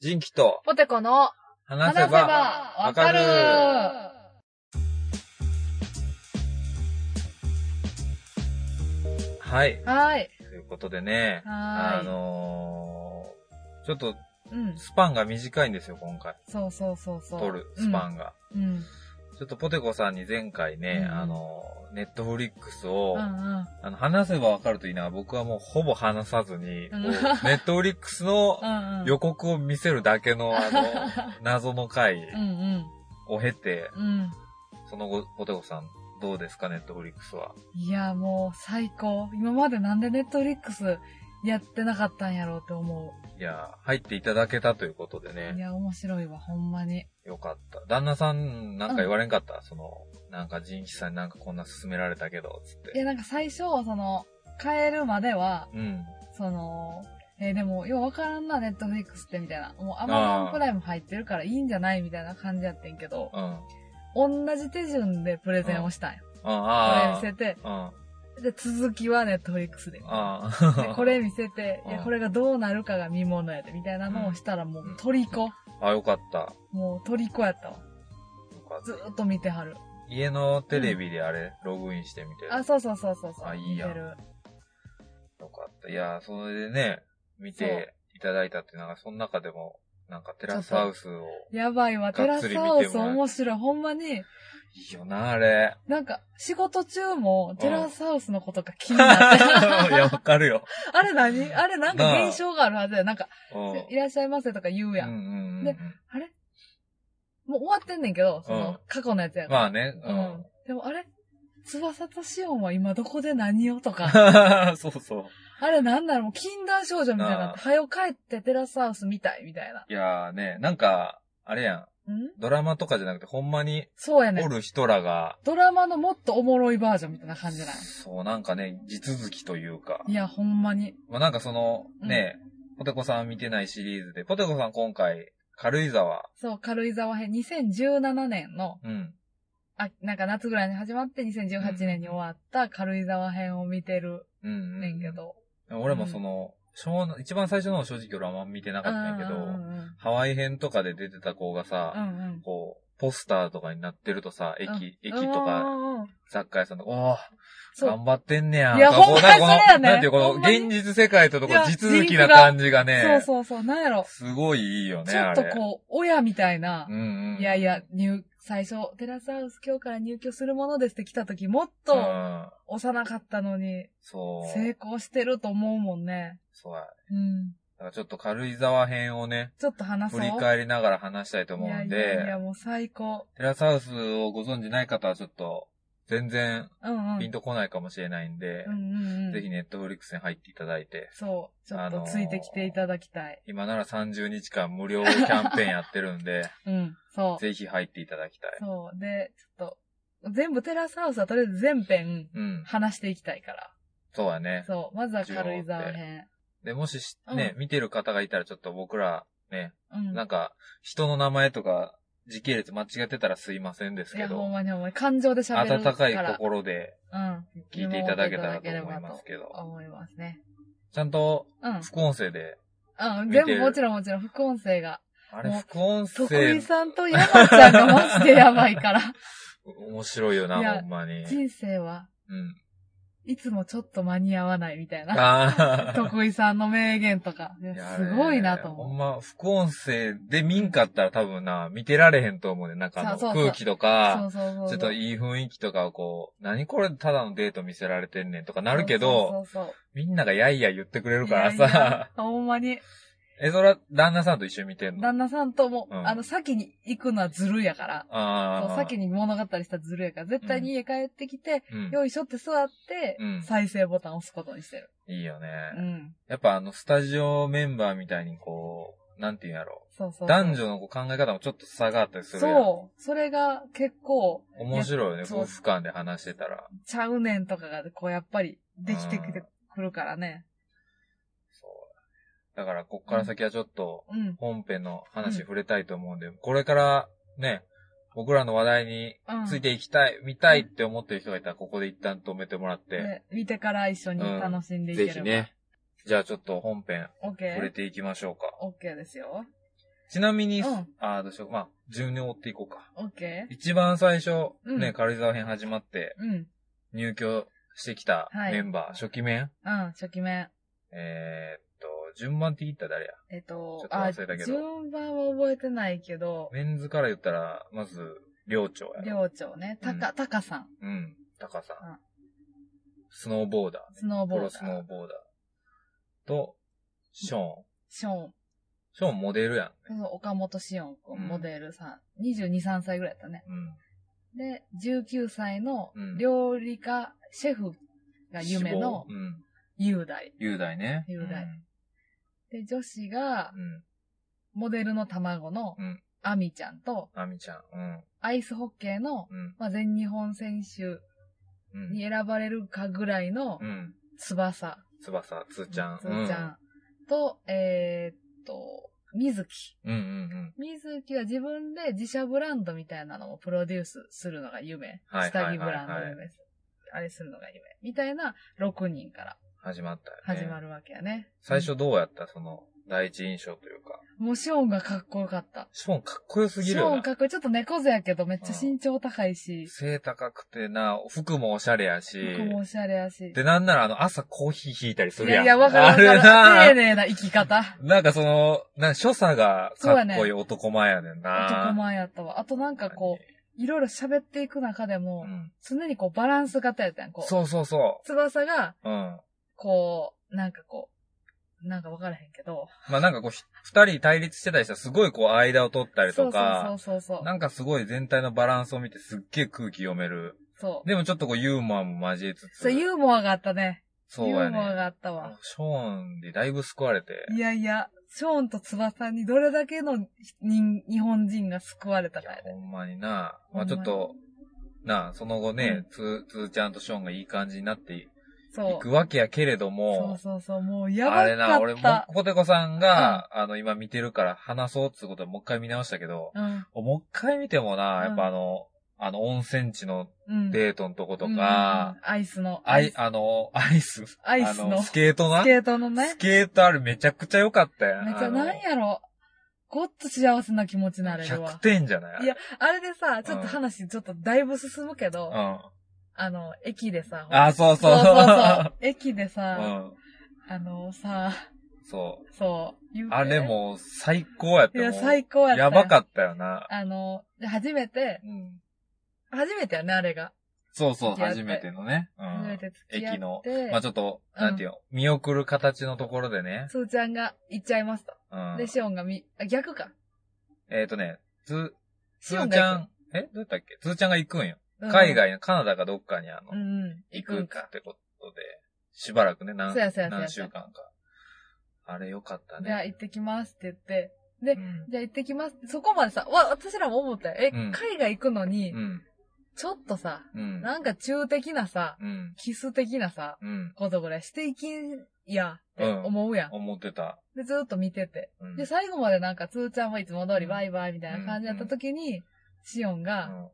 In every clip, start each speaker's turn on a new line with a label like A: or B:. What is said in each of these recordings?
A: 人気と
B: ポテコの
A: 話
B: 話
A: せ
B: せ
A: ば
B: ばわかる
A: わはい。
B: はい。
A: ということでね、
B: は
A: あ
B: ーい。
A: のー、ちょっと
B: うん。
A: スパンが短いんですよ、今回。
B: そうそうそうそう。
A: 撮るスパンが。
B: うん。うん。
A: ちょっとポテコさんに前回ね、
B: うん
A: あのー、ネットフリックスを、
B: うんうん。
A: あの、話せばわかるといいな、僕はもうほぼ話さずに、
B: うん
A: こうネットフリックスの
B: うんうん。
A: 予告を見せるだけの、あの、謎の回
B: うんうん。
A: を経て、
B: うん。
A: その後、ポテコさん、どうですか、ネットフリックスは。
B: いや、もう最高。今までなんでネットフリックスやってなかったんやろうって思
A: いやー、入っていただけたということで
B: う。い
A: ね、
B: や、面白いわ、ほんまに。
A: よかった。旦那さん、なんか言われんかった、その、なんか人気さんになんかこんな勧められたけど、つっ
B: い
A: て。
B: や、なんか最初、その、変えるまでは、
A: うん。
B: その、えーでも、ようわからんな、ネットフリックスって、みたいな。もう、アマゾンプライム入ってるからいいんじゃないみたいな感じやってんけど、
A: うん。あ
B: 同じ手順でプレゼンをしたんよ。これ
A: あ
B: 見せて、
A: ー。うん。
B: で、続きはネットフリックスで。
A: あ
B: で
A: あ。
B: これ見せて、
A: うん
B: いや、これがどうなるかが見ものやで、みたいなのをしたら、も
A: うん
B: う、虜
A: あ、よかった。よ
B: もう、虜やったわ。
A: かった
B: ずーっと見てはる。
A: 家のテレビであれ、ログインしてみて。
B: あ、そうそうそうそうそう。
A: あいいやん
B: 見てる
A: よかった。いやー、それでね、見ていただいたっていうのが、その中でも、なんかテラスハウスを、
B: やばいわ、テ
A: がっ
B: ラ
A: つり
B: ス
A: 見ても
B: ハ
A: らえ
B: ウス面白い。ほんまに、
A: いいよな、あれ。
B: なんか、仕事中も、テラスハウスのことが気 に
A: い
B: なって。
A: や、わかるよ。
B: あれ何あれなん
A: なあ
B: か現象があるはずや。なんか、
A: うん。
B: いらっしゃいませとか言うや
A: うん
B: ん。
A: うんうん
B: であれもう終わってんねんけど、そ
A: うん
B: の、過去のやつやか
A: まあね、
B: ら。うん。でもあれ翼とシオンは今どこで何をとか。
A: うん。そうそう。
B: あれなんだろう、もう禁断症状みたいにな
A: なあ
B: って。はよ帰ってテラスハウスみたい、みたいな。
A: いやーね、なんか、あれやん。
B: ん
A: ドラマとかじゃなくて、ほんまに、
B: そうやね
A: お
B: ん。
A: る人らが、
B: ドラマのもっとおもろいバージョンみたいな感じなんや
A: そう、なんかね、地続きというか。
B: いや、ほんまに。
A: まあなんかその、ね、ポテコさん見てないシリーズで、ポテコさん今回、軽井沢、
B: そう、軽井沢編、2017年の、
A: うん。
B: あ、なんか夏ぐらいに始まって2018年に終わった軽井沢編を見てる
A: うん、うん。
B: ねんけ。ど。
A: 俺もその、湘南一番最初の方正直俺はあんま見てなかったんやけど、
B: うんうんうん
A: ハワイ編とかで出てた子が
B: う
A: さ、
B: んうん。
A: こう、ポスターとかになってるとさ、駅、駅と
B: う
A: か
B: んうんうん。
A: 雑貨屋さんとか、おー
B: そう。
A: 頑張ってんねや。
B: いや
A: とかこう
B: ほんま
A: な
B: に
A: んか
B: それや
A: この
B: ね
A: なんていう、この
B: ほんまに
A: 現実世界ととこ
B: いや
A: 地続きな感じが
B: そう
A: ね、
B: そうそう。なんやろ。
A: すごいいいよね、
B: ちょ
A: あ
B: っ
A: れ。
B: とこう、親みたいな
A: う、んうん。
B: いやいや、入、最初、テラスハウス今日から入居するものですって来た時、もっ
A: う
B: と
A: ん。
B: 幼かったのに、
A: そう。
B: 成功してると思うもんね。
A: そうや。
B: うん。
A: だからちょっと軽井沢編をね、
B: ちょっと話そ
A: 振
B: う。
A: り返りながら話したいと思うん
B: いやいやい
A: で
B: や、、もう最高。
A: テラスハウスをご存知ない方はちょっと、全然
B: うんうん。
A: ピンとこないかもしれないんで
B: う、んうんうん。
A: ぜひネットフリックスに入っていただいて、
B: そう。ちょっとついてきていただきたい。
A: 今なら30日間無料キャンペーンやってるんで、
B: うん。 そう。
A: ぜひ入っていただきたい。
B: そう。で、ちょっと、全部テラスハウスはとりあえず全編
A: うん。
B: 話していきたいから。
A: そうやね。
B: そう。まずは軽井沢編。
A: で、もしし
B: う、ん
A: ね、見てる方がいたらちょっと僕ら、ね、
B: うん。
A: なんか、人の名前とか、時系列間違ってたらすいませんです
B: い
A: け
B: や、ほん
A: ど、
B: まにほんまに。感情で喋るから。
A: 温かい心で
B: うん。
A: 聞いていただけたらと思いますけど、
B: 思いますね。
A: ちゃんと
B: うん。
A: 副音声で、
B: うん。
A: 見て
B: 全
A: る
B: 部もちろんもちろん副音声が。
A: あれ
B: もう
A: 副音
B: 徳
A: 声
B: 井、さんと山ちゃんがマジでやばいから。、
A: 面白いよないほ
B: や
A: んまに。
B: 人生は
A: うん。
B: いつもちょっと間に合わないみたいな。
A: あー
B: 徳井さんの名言とか。いや
A: いやあれ
B: すごいなと
A: ほん
B: 思う。
A: ま、副音声で見んかったら多分な、見てられへんと思うね。なんかあの
B: そうそうそう
A: 空気と
B: そ
A: か、
B: うそうそうそう。
A: ちょっと
B: い
A: いい雰囲気とかをこう、何これただのデート見せられてんねんとかなるけど、、
B: そうそう
A: みんながやいや言ってくれ
B: そう
A: るから
B: いやい
A: さ
B: や、ほんまに、
A: え、そら、旦那さんと一緒に見てんの
B: 旦那さんとも、
A: うん
B: あの、先に行くのはずるやから。
A: あ
B: そう
A: あ。
B: 先に物語したらずるやから、絶対に家帰ってきて、
A: うん。
B: よいしょって座って、
A: うん
B: 再生ボタンを押すことにしてる。
A: いいよね。
B: うん。
A: やっぱあの、スタジオメンバーみたいにこう、なんていうんやろ。
B: そうそうそうう。
A: 男女のこう考え方もちょっと差があったりするやん。
B: そう。それが結構、
A: 面白いよね、
B: そう
A: 夫婦間で話してたら。
B: ちゃうねんとかが、こう、やっぱり、できてきてくるからね。
A: そう。だから、こっから先はちょっと、
B: うん。
A: 本編の話触れたいと思うんで、これからね、僕らの話題に
B: うん。
A: ついていきたい、見たいって思ってる人がいたら、ここで一旦止めてもらって、
B: で見てから一緒に楽しんでい
A: ぜ
B: ければ。
A: ひね。じゃあちょっと本編、
B: オッケ
A: 触れ
B: ー。
A: ていきましょうか。
B: オッケーですよ。
A: ちなみに、
B: うん
A: あーどうしよう。まあ、順に追っていこうか。
B: オッケ
A: 一番最初、
B: うん
A: ね、軽井沢編始まって
B: ーうん。
A: 入居してきた
B: はい
A: メンバー、初期面、
B: うん、初期面。
A: えーっと、順番って言ったら誰や
B: えっ
A: ちょ
B: と
A: っ、と
B: あ、
A: 忘れたけど
B: 順番は覚えてないけど、
A: メンズから言ったら、まず、寮長やろ。
B: 寮長ね、たか、たかさん、
A: うん、高さん。
B: うん
A: スノーボーダー、ね。
B: スノーボ
A: プ
B: ーダ
A: ロ
B: ー、
A: スノーボーダー。と、ショーン。
B: ショーン、
A: ショーンモデルやん
B: そ
A: ね。
B: の岡本志音君、
A: うん
B: モデルさん、22、3歳ぐらいだったね。で、19歳の
A: うん
B: 料理家、シェフ
A: う
B: が
A: ん。
B: 夢の
A: 志望うん。
B: 雄大。
A: 雄大ね。
B: 雄大で、女子が
A: う、ん。うん。
B: モデルの卵の
A: うん、
B: アミちゃんと、
A: あみちゃん。うん。
B: アイスホッケーの、
A: うん。
B: まあ、全日本選手
A: うん。
B: に選ばれるかぐらいの
A: うん。
B: 翼。
A: 翼、つーちゃん。
B: つーちゃん。と、えーっと、水木。
A: うん。うんうんうん。
B: 水木は自分で自社ブランドみたいなのをプロデュースするのが夢。
A: はい
B: 下着ブランド
A: はいは
B: の
A: い
B: 夢。あれするのが夢。みたいな6人から
A: 始まったよね。
B: 始まるわけやね。
A: 最初どうやったその、第一印象というか。
B: もうショーンがかっこよかった。
A: ショーンかっこよすぎ
B: シ
A: る
B: ョー
A: よ
B: ン
A: な
B: か。っこいい。ちょっと猫背やけどめっちゃ身長高いし、
A: 背高くてな、服もおしゃれやし。
B: 服もおしゃれやし。
A: で、なんならあの、朝コーヒー引いたりす
B: い
A: るや
B: や
A: ん。
B: いや、わかるわかる。
A: あ
B: 丁
A: れな。
B: 寧な生き方。
A: なんかその、なんか所作がかっこいい男前やねんな。
B: 男前やったわ。あとなんかこう、いろいろ喋っていく中でも、
A: うん
B: 常にこうバランス型やったやん。こう
A: そうそうそ
B: 翼が、
A: う。うん。
B: こう、なんかこう、なんかわからへんけど。
A: まあなんかこう、ひ二人対立してたりしたらすごいこう間を取ったり
B: そ
A: と
B: うそ
A: か
B: う、そうそう。
A: なんかすごい全体のバランスを見てすっげえ空気読める。
B: そう。
A: でもちょっとこうユーモアも交えつつ。
B: そう、ユーモアがあったね。
A: そう
B: ユ
A: や
B: ーモア
A: ね。
B: があったわ。
A: ショーンでだいぶ救われて。
B: いやいや、ショーンと翼にどれだけの人日本人が救われた
A: い
B: かや
A: や、
B: ね。
A: ほんまにな。ま
B: ほんま
A: あ
B: に
A: ちょっと、なあ、その後ね、つー、つーちゃんとショーンがいい感じになってい
B: そう。
A: くわけやけれど
B: そ
A: も
B: う、そうそう、もうやばか
A: あ
B: った。
A: れな、俺も、ポテコさんが、あの、今見てるから話そうってことでもう一回見直したけど、
B: うん。
A: もう一回見てもな、
B: うん
A: やっぱあの、あの、温泉地の
B: うん。
A: デートのとこと
B: うん
A: か
B: うん、うんアイスの。
A: あい、あの、アイス。
B: アイスの
A: あスケートな。
B: スケートのね
A: ス。ケートあるめちゃくちゃ良かったやん。
B: めっちゃ、
A: あの
B: なんやろ。ごっつ幸せな気持ちになれる
A: 100
B: わ。
A: 点じゃない
B: いや、あれでさ、ちょっと話、ちょっとだいぶ進むけど、
A: うん。
B: あの、駅でさ、
A: あ、そうそう。
B: そうそうそう。駅でさ、
A: うん。
B: あのさ、
A: そ
B: そう、言う
A: う。
B: て
A: あれ。もう最高やった
B: い
A: もう
B: や、最高やった。
A: やばか
B: っ
A: ったよな。
B: た。あの、で初めて、
A: うん。
B: 初めてやね、あれが。
A: そうそう、
B: 付き合って
A: 初めてのね。う
B: 初め
A: ん。
B: て付き合って。
A: 駅のまあちょっと、
B: うん
A: なんていうの、見送る形のところでね。
B: つーちゃんが行っちゃいますと。
A: うん。
B: で、シオンがみ、あ、逆か。
A: えっとね、つ、つ
B: シオン
A: ー
B: が
A: ちゃ
B: 行
A: ん、えどうやったっけつーちゃんが行くんよ。
B: く。
A: 海外のカナダかどっかにあの、
B: うんうん。うん。
A: 行くっつってことで、しばらくね、何
B: そうやそうやそうや
A: 何週間か。あれよかったね。
B: じゃあ行ってきますって言って、
A: うん。
B: じゃあ行ってきますって、そこまでさ、わ、私らも思ったよ。え、
A: うん
B: 海外行くのに
A: う、ん。
B: ちょっとさ、
A: うん。
B: なんか中的なさ、
A: うん。
B: キス的なさ、
A: うん。
B: ことぐらいしていきんや、って思うやん。
A: 思ってた。
B: で、ずーっと見てて。
A: うん。
B: で、最後までなんか、つーちゃんはいつも通り
A: うん
B: バイバイみたいな感じだった時に、シオン
A: う
B: が、
A: ん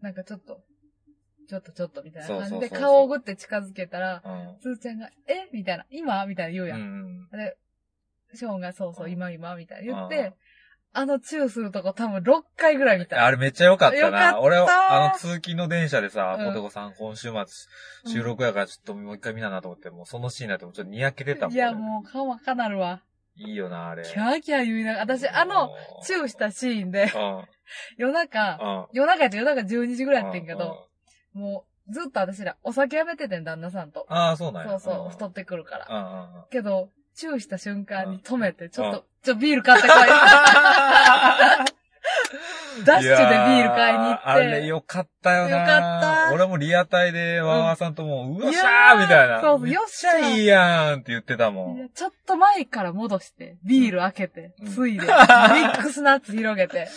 B: なんかちょっと、ちょっとちょっとみたいな感
A: そ
B: じ
A: うそ
B: で
A: うそうそう
B: 顔をぐって近づけたら、
A: うん。
B: つーちゃんが、えみたいな、今みたいな言うや。
A: うんん。
B: で、シオンが、そうそう、
A: うん
B: 今今みたいな言っ
A: うん
B: て、あのチューするとこ多分6回ぐらい見た。
A: あれめっちゃ良かった
B: よかっ
A: な。
B: た
A: 俺は、あの、通勤の電車でさ、
B: うん
A: ポテコさん今週末、収録やからちょっともう一回見ななと思って、もうそのシーンだとちょっとにやけてたもん。
B: いや、もう、かまかなるわ。
A: いいよな、あれ。
B: キャーキャー言いながら、私、あの、、チューしたシーンで、
A: うん。うん。
B: 夜中、夜中やった夜中12時ぐらいやってんけ
A: う
B: ど、。もう、ずっと私ら、お酒やめててん、旦那さんと。
A: ああ、そうなん
B: そ
A: や。
B: うそう、太ってくるか
A: う
B: ら。
A: んうんうん。
B: けど、チューした瞬間に止めて、ちょ
A: う
B: っ
A: ん
B: と、ちょ、ビール買って帰 る。ダッシュでビール買いに行って。
A: やーあれよかったよな。
B: よかった
A: 俺もリアタイでわーわーさんともう、うわっしゃ
B: いや
A: ー
B: ー
A: みたいな。
B: そうそう
A: めっ
B: よっ
A: ち
B: しゃー
A: ゃいいやんって言ってたも
B: いや
A: ん。
B: ちょっと前から戻して、ビール開けて、
A: うん
B: つい で、ミックスナッツ広げて、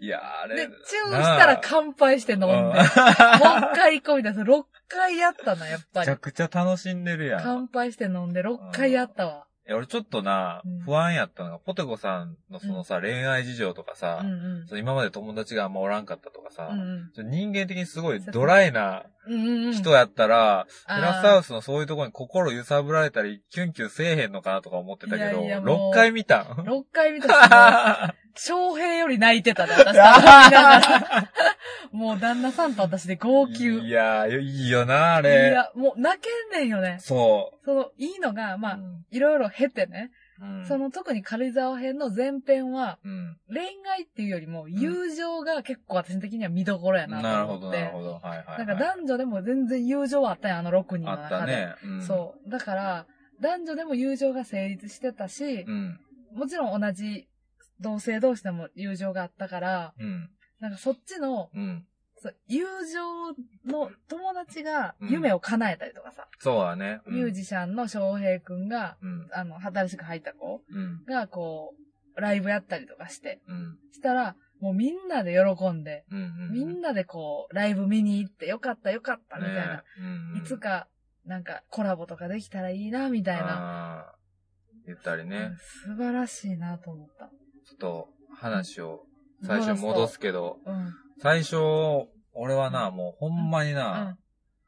A: いやーあれ。
B: で、チューしたら乾杯して飲んで、もう一回行こうみたいな、6回やったな、やっぱ
A: めちゃ
B: り。
A: くちゃ楽しんでるやん。
B: 乾杯して飲んで6回やったわ。
A: いや俺ちょっとな
B: うん、
A: 不安やったのが、ポテコさんのそのさ、恋愛事情とか
B: う
A: さ
B: ん、うん。
A: その今まで友達があんまおらんかったとかさ、
B: うんうん
A: ちょっと人間的にすごいドライな
B: うんうんうん。
A: 人やったら、
B: あー
A: テラスハウスのそういうところに心揺さぶられたり、キュンキュンせえへんのかなとか思ってたけ
B: いや
A: ど、
B: いやもう
A: 6回見たん
B: 6回見たし、翔平より泣いてたで、私。あなが らもう旦那さんと私で号泣。
A: いやー、いいよな、あれ。
B: いや、もう泣けんねんよね。
A: そ
B: その、いいのが、
A: う。
B: まあ、
A: うん
B: いろいろ経てね、
A: うん
B: その特に軽井沢編の前編は、
A: うん。
B: 恋愛っていうよりも友情が結構私的には見どころやな
A: なる
B: と
A: ほ
B: 思
A: ど、
B: って。
A: なるほど。はいはい、はい。
B: なんか男女でも全然友情はあったんや、あの6人の
A: あった
B: 中で。
A: ね。うん、
B: そう。だから、男女でも友情が成立してたし、
A: うん。
B: もちろん同じ同性同士でも友情があったから、
A: うん。
B: なんかそっちの、
A: うん。
B: そう友情の友達が夢を叶えたりとかさ、
A: そうだね。うん
B: ミュージシャンの翔平くんが、
A: うん。
B: あの、新しく入った子
A: うん。
B: が、こう、ライブやったりとかして、
A: うん。
B: したら、もうみんなで喜んで、
A: うん。
B: みんなでこう、ライブ見に行って、よかったよかった、みたいな。
A: ねうん、
B: いつか、なんか、コラボとかできたらいいな、みたいな。
A: な。言ったりね。
B: 素晴らしいなと思った。
A: ちょっと話を最初に戻すけど、
B: うん。うん。
A: 最初、俺はな、もうほんまにな、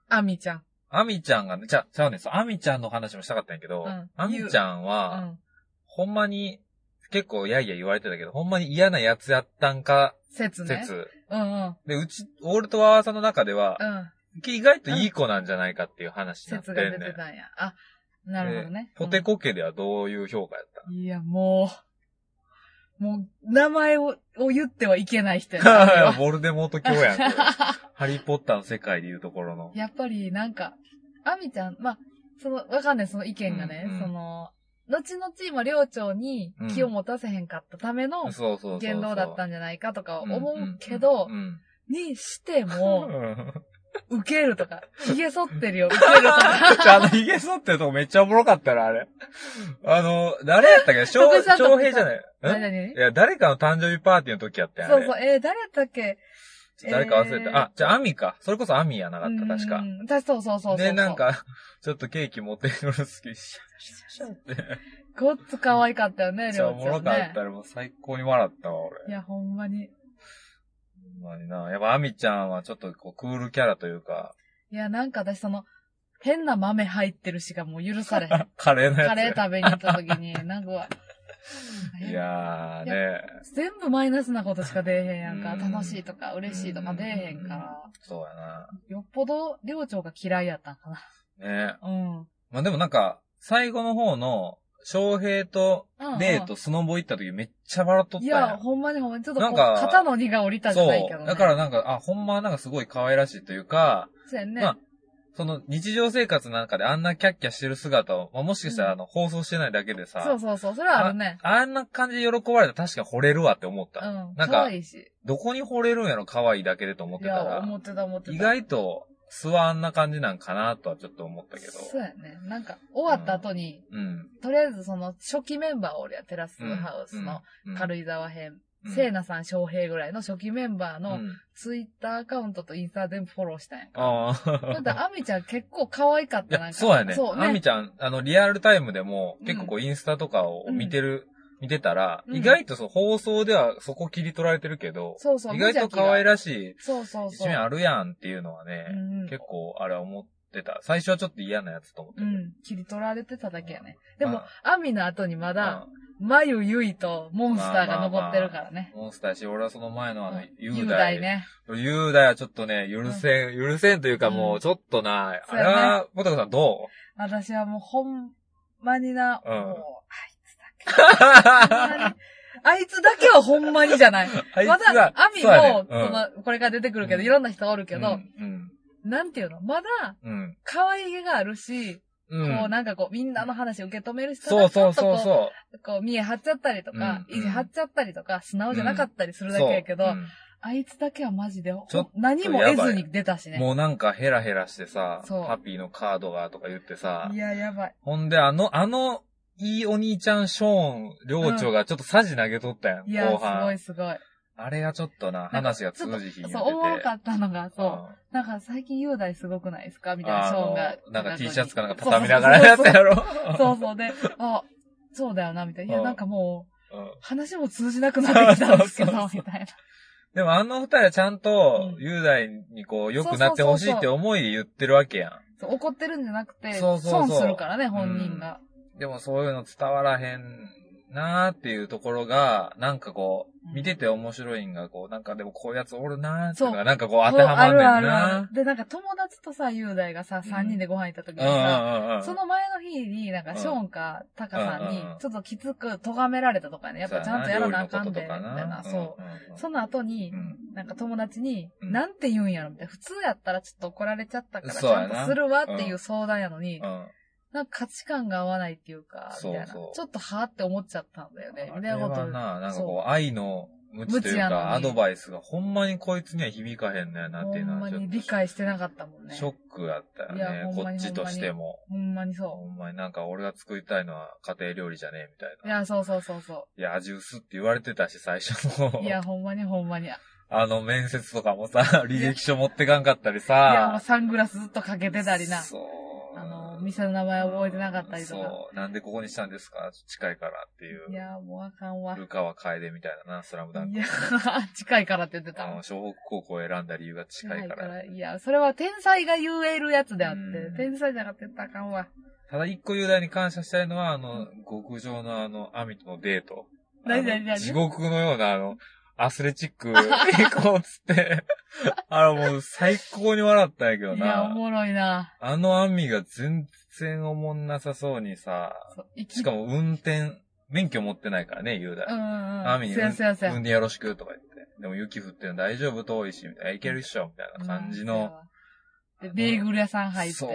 B: あみちゃん。
A: アミちゃんがね、ちゃ、ちゃうねんそう、アミちゃんの話もしたかったんやけど
B: うん、
A: アミちゃん
B: う
A: は、
B: ん。
A: ほんまに、結構やいや言われてたけど、ほんまに嫌なやつやったんか、
B: 説ね。
A: 説。
B: うんうん。
A: で、うち、俺とワーさんの中では
B: う、ん。
A: 意外といい子なんじゃないかっていう話になって
B: 説
A: ん
B: が
A: ね
B: 出
A: ん。
B: てたんや。あ、なるほどね
A: で。ポテコ家ではどういう評価やった
B: うん。いや、もう、もう、名前をを言ってはいけない人やなあれ
A: は
B: は
A: ボルデモート教やん。これハリーポッターの世界でいうところの。
B: やっぱり、なんか、アミちゃん、まあ、その、わかんない、その意見がね、
A: うんうん
B: その、後々今、寮長に気を持たせへんかったための
A: そうそうそうそう。
B: 言動だったんじゃないかとか
A: うん
B: 思うけど
A: う、ん
B: にして
A: うん
B: も、
A: うん
B: 受けるとか、髭剃っ てるよ、受けるとか。
A: あの、ヒゲ剃ってるとこめっちゃおもろかったな、あれ。あの、誰やったっけ翔
B: 特殊だった
A: 翔平じゃない。
B: 何
A: ん
B: 々
A: いや、誰かの誕生日パーティーの時やったやん。あ
B: そう
A: れ
B: そう、えー、誰だっけ
A: ちょっと誰か忘れ
B: え
A: て。
B: ー
A: あ、じゃあ、アミか。それこそアミやなかった、確か。。
B: うん確かそうそうそうそう。
A: で、なん。か、 ちょっとケーキ持ってくるの好き。シャシャシャシャって。
B: ごっつ可愛かったよね、
A: めっ
B: り
A: ちゃ
B: ょ
A: お
B: う
A: も
B: ちゃ
A: ろ
B: ん
A: か
B: ね
A: った。。らもう最高に笑ったわ、俺。
B: いや、ほんまに。
A: ほんまにな。やっぱアミちゃんはちょっとこうクールキャラというか、
B: いや、なんか私その、変な豆入ってるしがもう許されへん。
A: カレーのやつ。
B: カレー食べに行った時 に、なんかうわ、
A: いやーね。
B: 全部マイナスなことしか出えへんやんか。
A: うん
B: 楽しいとか嬉しいとか出えへんから。
A: そう
B: よっぽど、寮長が嫌いやったんか
A: やな。ね。
B: な。うん。
A: まあでもなんか、最後の方の、翔平と
B: うんうん
A: デート、スノボ行った時めっちゃ笑っとった
B: い
A: やん。
B: や、ほんまにほんまに、ちょっと
A: な
B: こ
A: ん
B: う
A: か
B: 肩の荷が下りたじゃないけど
A: そ
B: ね。
A: う。だから、なんか、あ、ほんまはなんかすごい可愛らしいというか、
B: そうやんね。
A: まあその日常生活の中であんなキャッキャしてる姿を、まあ、もしかしたらあの、放送してないだけでさ、
B: そうそうそう、それはあるね。
A: ああんな感じで喜ばれたら確か惚れるわって思った。
B: うん。
A: なん
B: 可
A: か、
B: 愛いし。
A: どこに惚れるんやろ可愛いだけでと思っ
B: い
A: てた
B: や、
A: ら
B: 思、ってた思ってた。
A: 意外と素はあんな感じなんかなとはちょっと思ったけど。
B: そうやね。なんか、終わった後に、
A: うん。
B: とりあえずその、初期メンバーを俺はテラスハウスの軽井沢編、せいなさん、翔平ぐらいの初期メンバー
A: の
B: のツイッターアカウントとインスタ全部フォローしたんやんか。
A: あ
B: だ
A: あ。
B: って、アミちゃん結構可愛かっ
A: い
B: た、なん
A: や、
B: か。
A: そうやね。
B: そうね。
A: あみちゃん、あの、リアルタイムでも、結構こう、インスタとかを見てる、見てたら、
B: うん
A: 意外とその放送ではそこ切り取られてるけど、
B: そうそう、
A: 意外と可愛
B: い。
A: らし
B: そうそう
A: い
B: そ
A: 一
B: う。
A: 面あるやんっていうのはね、
B: うんうん
A: 結構あれは思ってた。最初はちょっと嫌なやつと思って
B: う
A: た。
B: ん。切り取られてただけやね。でも、
A: ま
B: アミの後にまだ、
A: う
B: マユユイとモンスターが残ってるから
A: ん
B: ね。
A: モンスターやし、俺はその前のあの
B: うん、
A: 雄
B: 雄大
A: 大
B: ね。
A: 雄大はちょっとね、許せん、許せんというかもう、ちょっとな、あれは、ポテコさんどう
B: 私はもうほんまにな、
A: うん
B: もう、あいつだけ。ほんまにあいつだけはほんまにじゃない。
A: あいつ
B: まだ
A: は、
B: アミ
A: そうやね
B: も、その、これから出てくるけど、
A: うん
B: いろんな人おるけ
A: う
B: ど、
A: ん、
B: なんていうのまだ、
A: うん、
B: 可愛げがあるし、
A: うん。
B: こう
A: うん
B: なんかこう、みんなの話受け止める人
A: そ
B: が
A: う
B: ちょ
A: そう
B: っと
A: そう
B: こ、
A: そう
B: こう、見え張っちゃったりとか、
A: うん
B: 意地張っちゃったりとか、素直じゃなかったりす
A: う。
B: るだけやけど、
A: そううん
B: あいつだけはマジで、ほん
A: ちょっと
B: 何も得ずに出たしね。
A: もうなんかヘラヘラしてさ、
B: そう
A: ハッピーのカードがとか言ってさ
B: い、や、やばい。
A: ほんであの、あの、いいお兄ちゃん、ショーン、寮長がちょっとサジ投げとったやん、
B: いや、
A: 後
B: すごい
A: 半。
B: すごい。
A: あれがちょっとな、
B: なんか
A: 話が通じひん言うてて。
B: そう、おもろかったのが、そう。
A: ん
B: なんか最近雄大すごくないですかみたいな、
A: あ
B: ショーンが。
A: のなんか T シャツかなんか畳みながらや
B: や
A: ったやろ。
B: そうそうで、あ、そうだよな、みたいな。いや、
A: うん
B: なんかもう、
A: うん
B: 話も通じなくなってきたんですけど
A: そうそう、そ
B: みたいな。
A: でもあの二人はちゃんと、
B: うん
A: 雄大にこう、良くなってほしいって思いで言ってるわけや
B: そう怒ってるんじゃなくて、
A: そうそうそう
B: 損するからね、本人が。
A: ん。でもそういうの伝わらへんなーっていうところが、なんかこ
B: う
A: う、
B: ん
A: 見てて面白いんが、こう、なんかでもこういうやつおるなーっていうの
B: そ
A: が、なんかこう当てはまんねん
B: あるあるあ
A: な
B: る。で、なんか友達とさ、雄大がさ、3人でご飯行った時に
A: うん
B: さ、
A: うんうんうん。
B: その前の日に、なん
A: う
B: か、
A: ん
B: ショーンか、タカさん
A: う
B: に
A: んうんうん、
B: ちょっときつく咎められたとかね、やっぱちゃんとやらなあかんで、みたいな、そう
A: や
B: う。
A: な。
B: その後に
A: う、ん
B: なんか友達に、
A: うん
B: なんて言うんやろみたいな。普通やったらちょっと怒られちゃったから、ち
A: そう
B: ゃ
A: や
B: ん
A: な
B: とするわっていう相談やのに、
A: うん。
B: なんか価値観が合わないっていうか、
A: そ
B: み
A: う
B: たいな。
A: そう
B: ちょっとはぁって思っちゃったんだよね。み
A: あ
B: た
A: れ
B: いなこ
A: は
B: と。
A: な、なんか
B: そ
A: こう、愛の無知という
B: 無知やのに
A: か、アドバイスがほんまにこいつには響かへんのやなっていうの
B: ほん
A: は、
B: ま
A: ちょっ
B: に
A: と
B: 理解してなかったもんね。
A: ショックやったよ
B: いや
A: ね
B: ほ、ん
A: こ
B: ま
A: っ
B: に
A: ちとしても。
B: ほんまにそ。
A: ほんまになんか俺が作りたいのは家庭料理じゃねえみたいう
B: い
A: な。
B: や、そうそうそうそ
A: いや、味薄って言われてたし、最初の
B: う。い。や、ほんまにほんまに。い
A: あの面接とかも さ、履歴書持ってかんかったり
B: や、もう
A: さ。
B: サングラスずっとかけてたりな。
A: そう。
B: あの、店の名前覚えてなかったりとか。
A: そう。なんでここにしたんですか近いからってい。
B: いうや、もうあかんわ。い
A: ルカは楓みたいなな、スラムダンク。
B: や、近いからって言ってた
A: あ
B: もん
A: の、。湘北高校を選んだ理由が近いから。
B: いや、それは天才が言えるやつであって
A: うん、
B: 天才じゃなくてあかんわ。
A: ただ一個雄大に感謝したいのは、あの、極上のあの、アミとのデート。
B: 何々
A: あの
B: 何々
A: 地獄のようなあの、アスレチック 行こうっつって。あの、もう最高に笑ったんやけど
B: いや、お
A: な。
B: もろいな。
A: あのアミが全然おもんなさそうにさ、
B: そう生き
A: しかも運転、免許持ってないからね、雄大。
B: うんうんうん。
A: アミに
B: そうやそうやそうや
A: 運んでよろしくとか言って。でも雪降ってるの大丈夫遠いし、みたいな。いけるっしょみたいな感じの。。
B: で、ベーグル屋さん入って。
A: そう。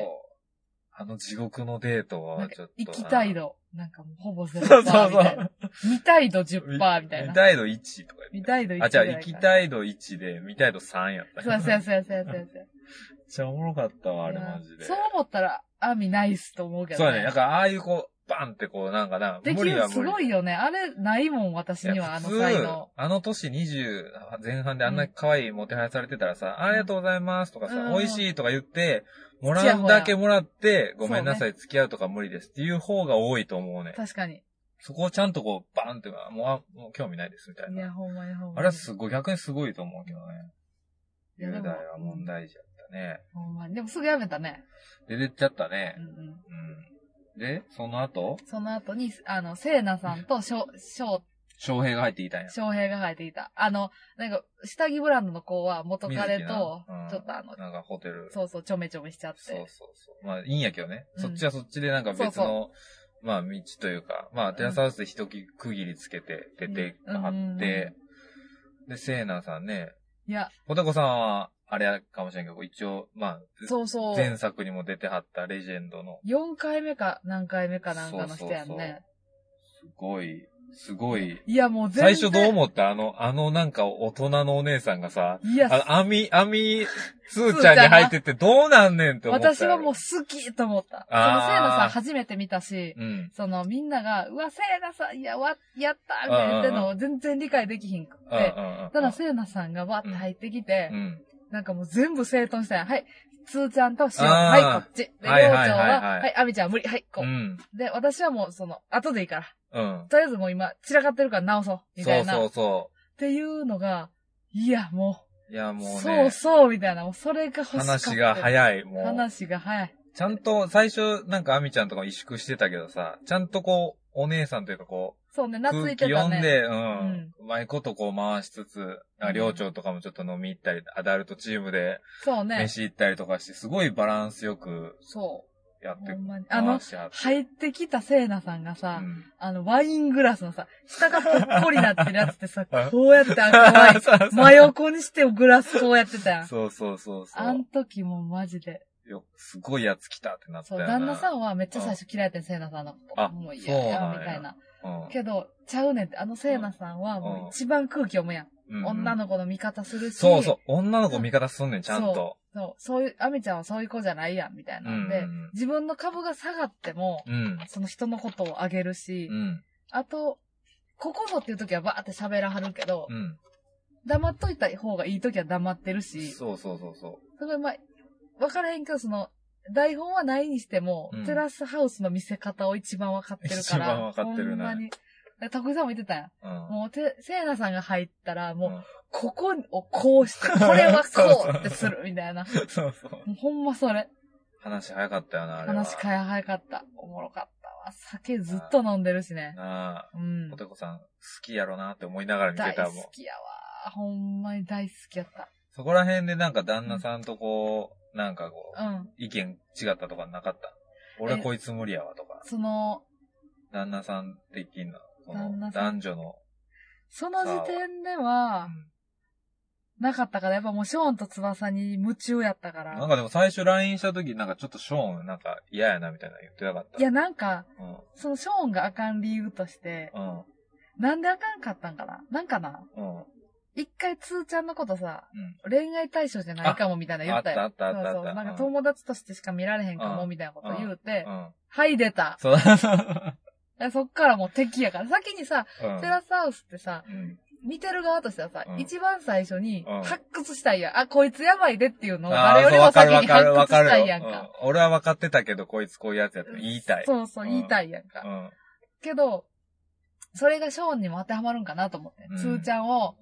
A: あの地獄のデート
B: な
A: は
B: んか
A: ちょっとな。
B: 行きたい度、なんかもうほぼ0%み
A: そう
B: た
A: そう
B: い
A: そ
B: な
A: う。。
B: 見たい度10%みたい
A: 見
B: な。
A: たい度1とか言
B: 見
A: って。
B: たい度1%。
A: あ、じゃあ、行きたい度1で、見たい度3やった。
B: そうやそうやそうやそうやそうやそうや。
A: めっちゃおもろかったわ、あれ
B: いや
A: マジで。
B: そう思ったら、アミナイスと思うけど
A: そうやね。なんか、ああいうこう、バンってこう、なんかな、
B: で
A: 無
B: き
A: 理
B: る
A: は
B: の
A: 無理。
B: すごいよね。あれ、ないもん、私に
A: い
B: は、
A: や
B: あ
A: 普
B: の
A: 通
B: 才能。
A: あの年20前半であんな可愛いもてはやされてたらさ、ありがとうございますとかさ、
B: うん
A: 美味しいとか言って、もら
B: ちやほ
A: う
B: や
A: だけもらって、ごめんなさい、付き合うとか無理ですっていう方が多いと思うね。
B: 確かに。
A: そこをちゃんとこう、バンって、あもう、あもう興味ないですみたい
B: いや、
A: な。
B: ほんまにほんまに。
A: あれはすごい、逆にすごいと思うけどね。
B: いや
A: 10
B: でも
A: 代は問題児やったね。
B: ほんまに。でもすぐやめたね。
A: で、出ちゃったね
B: う。んうん。
A: うん。で、その後、
B: その後に、あの、せいなさんとしょ、しょ
A: 翔平が入っていたんや
B: う、。翔平が生えていた。あの、なんか、下着ブランドの子は元彼
A: 水木
B: と
A: なうん、
B: ちょっとあの、
A: なんかホテル。
B: そうそう、ちょめちょめしちゃって。
A: そうそうそう。まあ、いいんやけどね。
B: うん
A: そっちはそっちでなんか別
B: そう
A: の、まあ、道というか、まあ、テラスハウスで一区切りつけて出てあ
B: うんうんうんう
A: っ
B: ん
A: て、で、セーナさんね、
B: いや、
A: ポテコさんは、あれかもしれんけど、一応、まあ、
B: そうそう。
A: 前作にも出てはったレジェンドの、
B: 4回目か何回目かなんかの人やんね。
A: そうそうそうすごい、すごい、
B: いや、もう全
A: 最
B: 然。
A: 初どう思ったあの、あのなんか大人のお姉さんがさ、
B: いや、
A: あ網、網、つーちゃんに入ってってどうなんねんって思ったよ。
B: 私はもう好きと思った。そ
A: あー
B: のせいなさん初めて見たし、
A: うん。
B: そのみんなが、うわ、せいなさん、いや、わ、やったみたいな言ってんのを全然理解できひんくっ
A: うん。うん
B: て。
A: うんうん。
B: ただせいなさんがわって入ってきて、
A: うん。
B: なんかもう全部整頓したやん。はい、つーちゃんとしおん
A: あ
B: はい、
A: ー
B: こっち。で、りょうちゃん
A: はいはいはいはい
B: は、はい、あみちゃんは無理、はい、こ
A: う
B: う。
A: ん。
B: で、私はもうその、後でいいから。
A: うん。
B: とりあえずもう今、散らかってるから直そう、みた
A: そ
B: いうな。
A: そうそ
B: っていうのが、いや、も
A: う。いや、
B: う、
A: もう
B: そう
A: ね、
B: そう、みたいな、もうそれが欲しかった。
A: 話が
B: い。
A: 早い、もう。
B: 話が早い。
A: ちゃんと、最初、なんか、アミちゃんとかも萎縮してたけどさ、ちゃんとこう、お姉さんというかこ
B: そうね、
A: う、
B: 懐
A: 空
B: い
A: 気
B: てた
A: 読ん
B: ね。
A: で、うん。うまいことこう回しつつ、なんか、寮長とかもちょっと飲み行ったり、アダルトチームで、
B: そうね。
A: 飯行ったりとかして、すごいバランスよく
B: そ
A: やっ
B: う。
A: て
B: ほんまに。あの
A: 回、しはって。
B: 入ってきたせいなさんがさ、
A: うん
B: あの、ワイングラスのさ、下がぽっこりなってるやつってさ、
A: うん
B: こうやって赤ワ イン、
A: そうそう
B: 真横にしてグラスこうやってたやん。
A: そうそうそうそ
B: あん
A: う
B: 時もマジで。
A: よ。すごいやつ来たってなった
B: そう、
A: よな。
B: 旦那さ
A: ん、
B: んはめっちゃ最初嫌いやってん、せいなさんのこと。
A: あ
B: もうい
A: そうなんや
B: みたいな。
A: うん
B: けど、ちゃうねんって。あのせいなさんはもう一番空気読むやん。
A: うん、
B: 女の子の味方するし。
A: そうそう。女の子味方すんねん、ちゃんと。
B: そう。そういう、アミちゃんはそういう子じゃないやん、みたいなんで、
A: うんうんうん
B: 自分の株が下がっても、
A: うん。
B: その人のことをあげるし、
A: うん。
B: あと、ここぞっていう時はバーって喋らはるけど
A: う、ん。
B: 黙っといた方がいい時は黙ってるし、す
A: そうそうそうそ
B: ごい、まあ、わからへんけど、その、台本はないにしても、
A: うん
B: テラスハウスの見せ方を一番わかってるから、
A: 一番わかってるな
B: ほんまに。だから徳井さんも言ってたやん。
A: う。うん。
B: もう、て、せいなさんが入ったら、もう、
A: うん
B: ここをこ うして、これはこうってする、みたいな。
A: そうそう。
B: もうほんまそれ。
A: 話早かったよな、あれは。
B: 話変え早かった。おもろかったわ。酒ずっと飲んでるしね。
A: なあ。
B: うん
A: ポ。テコさん、好きやろなって思いながら見て
B: 大
A: たもん。
B: 好きやわ。ほんまに大好きやった。
A: そこら辺でなんか旦那さんとこう、なんかこう、
B: うん。
A: 意見違ったとかなかった俺こいつ無理やわとか、
B: その、
A: 旦那さん的な、こ
B: 旦
A: の
B: 那さ
A: 男女の、
B: その時点では、
A: う
B: なかったから、やっぱもうショーンと翼に夢中やったか
A: んなん
B: ら。
A: かでも最初 LINE した時なんかちょっとショーンなんか嫌やなみたいなの言ってなかった。
B: いや、なんか、
A: うん。
B: そのショーンがあかん理由として、
A: うん。
B: なんであかんかったんかななんかな
A: うん。
B: 一回、つーちゃんのことさ、
A: うん。
B: 恋愛対象じゃないかもみたいな言ったよ。
A: ああったあったあったあった
B: そうそう。なんか
A: うん
B: 友達としてしか見られへんかも
A: うん
B: みたいなこと言うて、
A: うん。
B: はい、出た。
A: そう。
B: でそっからもう敵やから。先にさ、
A: うん
B: テラスハウスってさ、
A: うん。
B: 見てる側としてはさ、
A: うん
B: 一番最初に
A: うん
B: 発掘したいやん。あ、こいつやばいでっていうのを
A: あ
B: 誰
A: ーそ
B: より
A: う
B: も
A: わか
B: 先
A: るわ
B: に
A: か
B: 発
A: るわ
B: 掘
A: か
B: し
A: る
B: たいやんか。
A: うん俺は分かってたけど、こいつこういうやつやって言いたい。
B: そうそう、
A: うん
B: 言いたいやんか。
A: うん。
B: けど、それがショーンにも当てはまるんかなと思って。
A: うん
B: つーちゃんを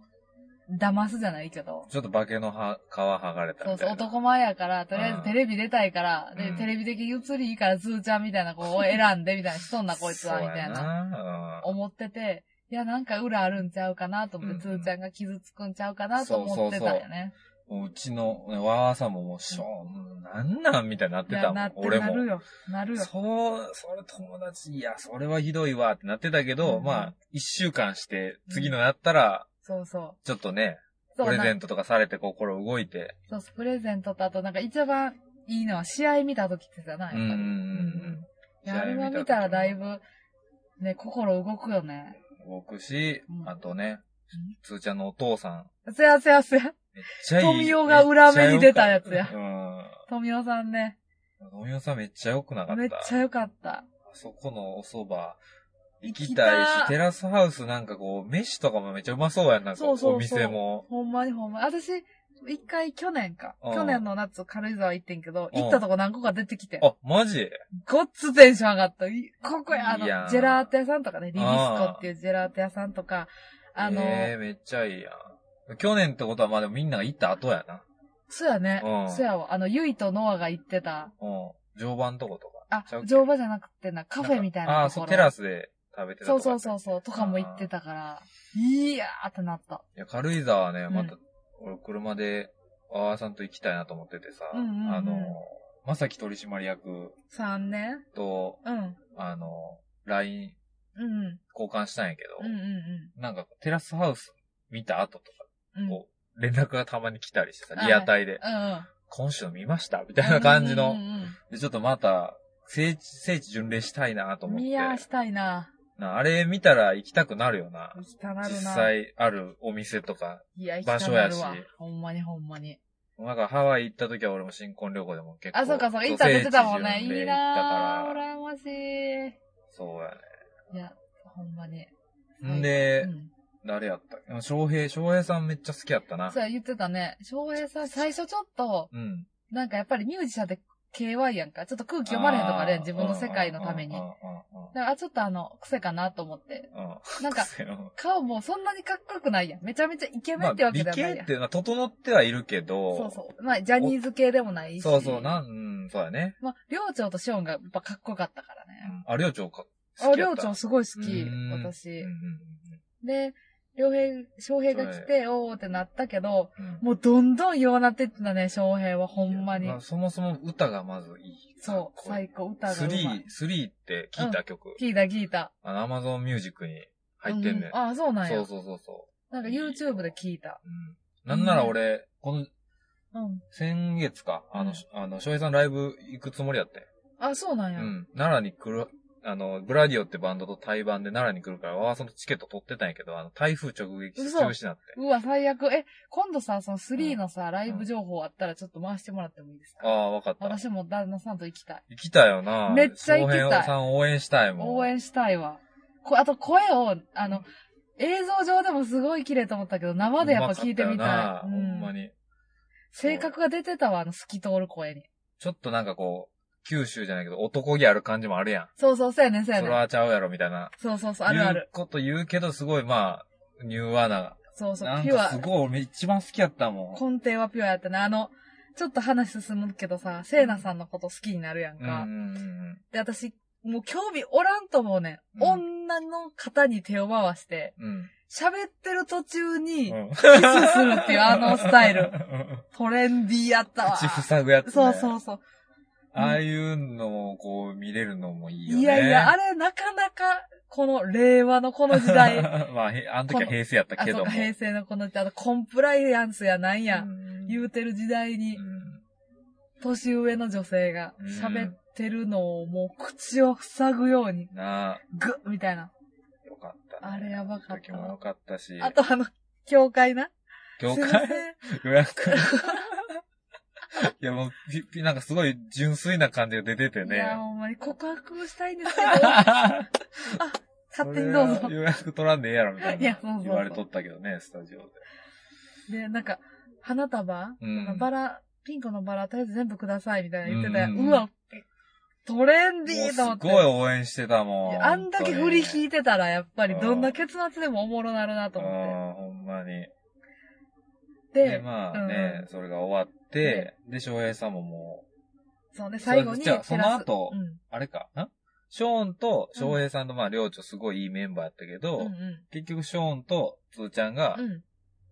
B: 騙すじゃないけど。
A: ちょっと化けのは皮剥がれた
B: そう
A: みた
B: そう、
A: いな。
B: 男前やから、とりあえずテレビ出たいから、
A: う
B: で、
A: ん
B: テレビ的映りいいから、つーちゃんみたいな子を選ん で、みたいな、しとんな、こいつは、み
A: そう
B: た
A: や
B: いな、
A: な。
B: 思ってて、いや、なんか裏あるんちゃうかなと思っ
A: うん
B: て、つーちゃんが傷つくんちゃうかなと思ってたよね。
A: うんもううちの、わーさんももう、しょう、なんなんみたいになって
B: い
A: た
B: や、
A: も
B: なんっ。て、
A: 俺
B: なる
A: も。
B: よ。なるよ。
A: そう、それ友達、いや、それはひどいわってなってたけど、
B: うん
A: まあ、一週間して、次のやったら、
B: そうそう。
A: ちょっとね、
B: そう
A: プレゼ
B: な
A: ントとかされて心動いて、
B: そうそう、プレゼントと、あと、なんか一番いいのは、試合見た時ってじゃない
A: うんうんうんうん
B: いやあれは見たらだいぶ、ね、心動くよね。
A: 動くし
B: う、ん
A: あとね、つーちゃんのお父さん、
B: せやせやせや。
A: めっちゃいい。
B: 富代が裏目に出たやつ
A: め
B: や
A: っちゃ良かった
B: 富代さんね、
A: うん。富代さんめっちゃ良くなかった。
B: めっちゃ良かった。
A: あそこのお蕎麦、行
B: 行
A: き
B: き
A: た
B: た
A: い
B: い
A: し、テラスハウスなんかこう、飯とかもめっちゃうまそうやん。なんか
B: そうそうそう
A: お店も。
B: ほんまにほんまに。私、一回去年か。
A: うん
B: 去年の夏軽井沢行ってんけど、
A: うん
B: 行ったとこ何個か出てきて、
A: あ、マジ
B: ごっつテンション上がった。いここや、あ
A: いいやん
B: の、ジェラート屋さんとかね、リリスコっていうジェラート屋さんとか、あの、
A: えー、めっちゃいいやん。去年ってことはまあでもみんなが行った後やな。
B: そうやね、
A: うん
B: そうやわ。あの、ゆいとノアが行ってた、
A: うん。常磐とことか。
B: あ
A: ちゃうっ、け
B: 乗馬じゃなくてな、カフェみたい
A: あ
B: な
A: あー、そ
B: ところ。
A: う、テラスで食べてたと
B: そう
A: こ
B: そう
A: う。
B: そうそう、とかも行ってたから、いやーってなった。
A: いや、軽井沢はね、
B: ん
A: また、俺車で、あわさんと行きたいなと思っててさ、
B: うんうんうん
A: あの、まさき取締役
B: 3年
A: と、
B: うん。うん
A: あの、LINE
B: うん。
A: 交換したんやけど、
B: うんうん
A: なんかテラスハウス見た後とか、
B: うん。うん。
A: こう、連絡がたまに来たりしてさ、
B: はい
A: リアタイで、
B: うんうん。
A: 今週の見ましたみたいな感じ
B: うんう
A: の。
B: ん
A: で、ちょっとまた、聖地、聖地巡礼したいなと
B: うん
A: 思って
B: 見。やしたいな。
A: なあれ見たら行きたくなるよな。
B: 行きたなる
A: 実
B: な。
A: 際あるお店とか。
B: いや、行き
A: 場
B: た
A: 所
B: な
A: や
B: る
A: し
B: わ。ほんまにほんまに。
A: なんかハワイ行った時は俺も新婚旅行でも結構。
B: あ、そうかそうか、インター出てたもんね。
A: 聖
B: い
A: 地巡礼
B: い
A: 行った
B: なぁ、
A: から。
B: 羨ましい。
A: そうや
B: いや、ほんまに。
A: ね。んで
B: う、ん、
A: 誰やったっけ翔平、翔平さんめっちゃ好きやったな
B: そ。うや言ってたね。翔平さん、最初ちょっと、
A: うん。
B: なんかやっぱりミュージシャンで KY やんか。ちょっと空気読まれへんとか
A: あ
B: ね、
A: ー
B: 自分の世界のために。
A: うんう
B: だ
A: ん
B: から、あちょっとあの、癖かなと思って。
A: うんうんうん。
B: なん か、
A: うん
B: 顔もそんなにかっこよくないやん。めちゃめちゃイケメ
A: ま
B: ン
A: あ
B: ってわ
A: 理
B: けじゃないやん
A: 系っ。て、まあ、整ってはいるけど、
B: そうそう。まあ、ジャニーズ系でもないし。
A: そうそうなん、うんそうだね。
B: まあ、寮長とシオンがやっぱかっこよかったからね。
A: あ、寮長か。
B: あ、寮長
A: 好
B: すごい好
A: き
B: き
A: やった、うん
B: 私
A: うん。
B: で、両平、翔平が来て、おーってなったけど、
A: うんうんうん
B: もうどんどん弱なってってたね、翔平は、ほんま
A: い
B: に
A: や。あそもそも歌がまずいい。
B: そう、最高、歌がうま
A: スリ
B: い
A: ー、。スリーって聞いた曲。
B: 聞いた聞いた。
A: あの、アマゾンミュージックに入ってんね、
B: うあ、そうなん
A: そ
B: や
A: う。そうそうそ
B: なんか YouTube で聞いた。
A: う。うん。なんなら俺、この、
B: うん。先
A: 先月か、あの、
B: うん
A: あの、翔平さんライブ行くつもりやって。
B: あ、そうなん
A: う
B: や。
A: ん。奈良に来る、あの、ブラディオってバンドと対バンで奈良に来るから、わーそのチケット取ってたんやけど、あの、台風直撃して
B: 嘘
A: 中止になって。
B: うわ、最悪。え、今度さ、その3のさ、ライブ情報あったらちょっと回してもらってもいいです
A: あ
B: か
A: あ、わかった。
B: 私も旦那さんと行きたい。
A: 行きたいよな。
B: めっちゃ行きたい
A: 翔平さん応援したいもん。
B: 応援したいわ。こあと声を、あの、映像上でもすごい綺麗と思ったけど、生でやっぱ聞いてみ
A: うまか
B: た
A: っ
B: い。
A: よなほんま
B: うん
A: に。
B: 性格が出てたわ、あの透き通る声に。
A: ちょっとなんかこう、九州じゃないけど、男気ある感じもあるやん。
B: そうそう、そうやね、そうや
A: それ
B: ね。
A: はちゃうやろ、みたいな。
B: そうそうそう、あるあ
A: 言う
B: る。
A: こと言うけど、すごい、まあ、ニューアナ。
B: そうそう
A: な、ん
B: ピュ
A: か
B: ア
A: す。ごい、俺一番好きやったもん。
B: 根底はピュアやったね。あの、ちょっと話進むけどさ、セイナさんのこと好きになるやん
A: うんうん
B: か。で、私、もう興味おらんと思うねん。
A: うん
B: 女の方に手を回して、
A: うん。
B: 喋ってる途中に、
A: うん
B: キスするっていうあのスタイ ル。トレンディーやったわ。
A: 口塞ぐやつ、ね。
B: そうそうそう。
A: ああいうのをこう見れるのもいいよね。
B: いやいや、あれなかなか、この令和のこの時 代、
A: まあ、へあの時は平成やった
B: あ、
A: け
B: そ
A: ど
B: う
A: も。
B: か、平成のこの時代、あとコンプライアンスやなんや、
A: うん
B: 言うてる時代に
A: う、ん
B: 年上の女性が
A: うん
B: 喋ってるのをもう口を塞ぐように、
A: なあ、
B: グッみたいな。
A: よかった、
B: あれやばかっ
A: 時
B: た
A: もよ
B: な。
A: かったし。
B: あとあの、教会な。
A: 業
B: すいま
A: 界
B: せん
A: 予約。いやもうピ、ピなんかすごい純粋な感じが出てて
B: い
A: ね
B: や、。ほんまに告白したいんですけど、勝手にどう
A: そ
B: ぞ
A: れは。予約取らんでええやろみたい
B: いやそうそうそ
A: な。
B: う
A: 言われとったけどね、スタジオで。
B: で、なんか、花束、
A: うん
B: あのバラ、ピンクのバラ、とりあえず全部ください、みたいな言ってたやん。
A: う
B: うん
A: うんうん
B: わ、トレンディーと
A: も
B: 思
A: うす
B: って。
A: ごい応援してたも
B: い
A: ん。
B: やあんだけ振り聞
A: い
B: いてたら、やっぱり
A: うん
B: どんな結末でもおもろなるなと
A: うん、
B: 思
A: ほんまに。
B: って。
A: で、
B: で、
A: ま
B: う
A: あ
B: ん
A: ね、それが終わって、で、翔平さんももう、
B: そうね、
A: それ
B: 最後に
A: じ
B: テ
A: ゃあ
B: ラス。
A: その後
B: うん。
A: あれかなショーンと翔平さんと、まあ、寮長すごいいいメンバーやったけど、
B: うんう
A: 結局ショーンとつーちゃんが
B: ん。、うん。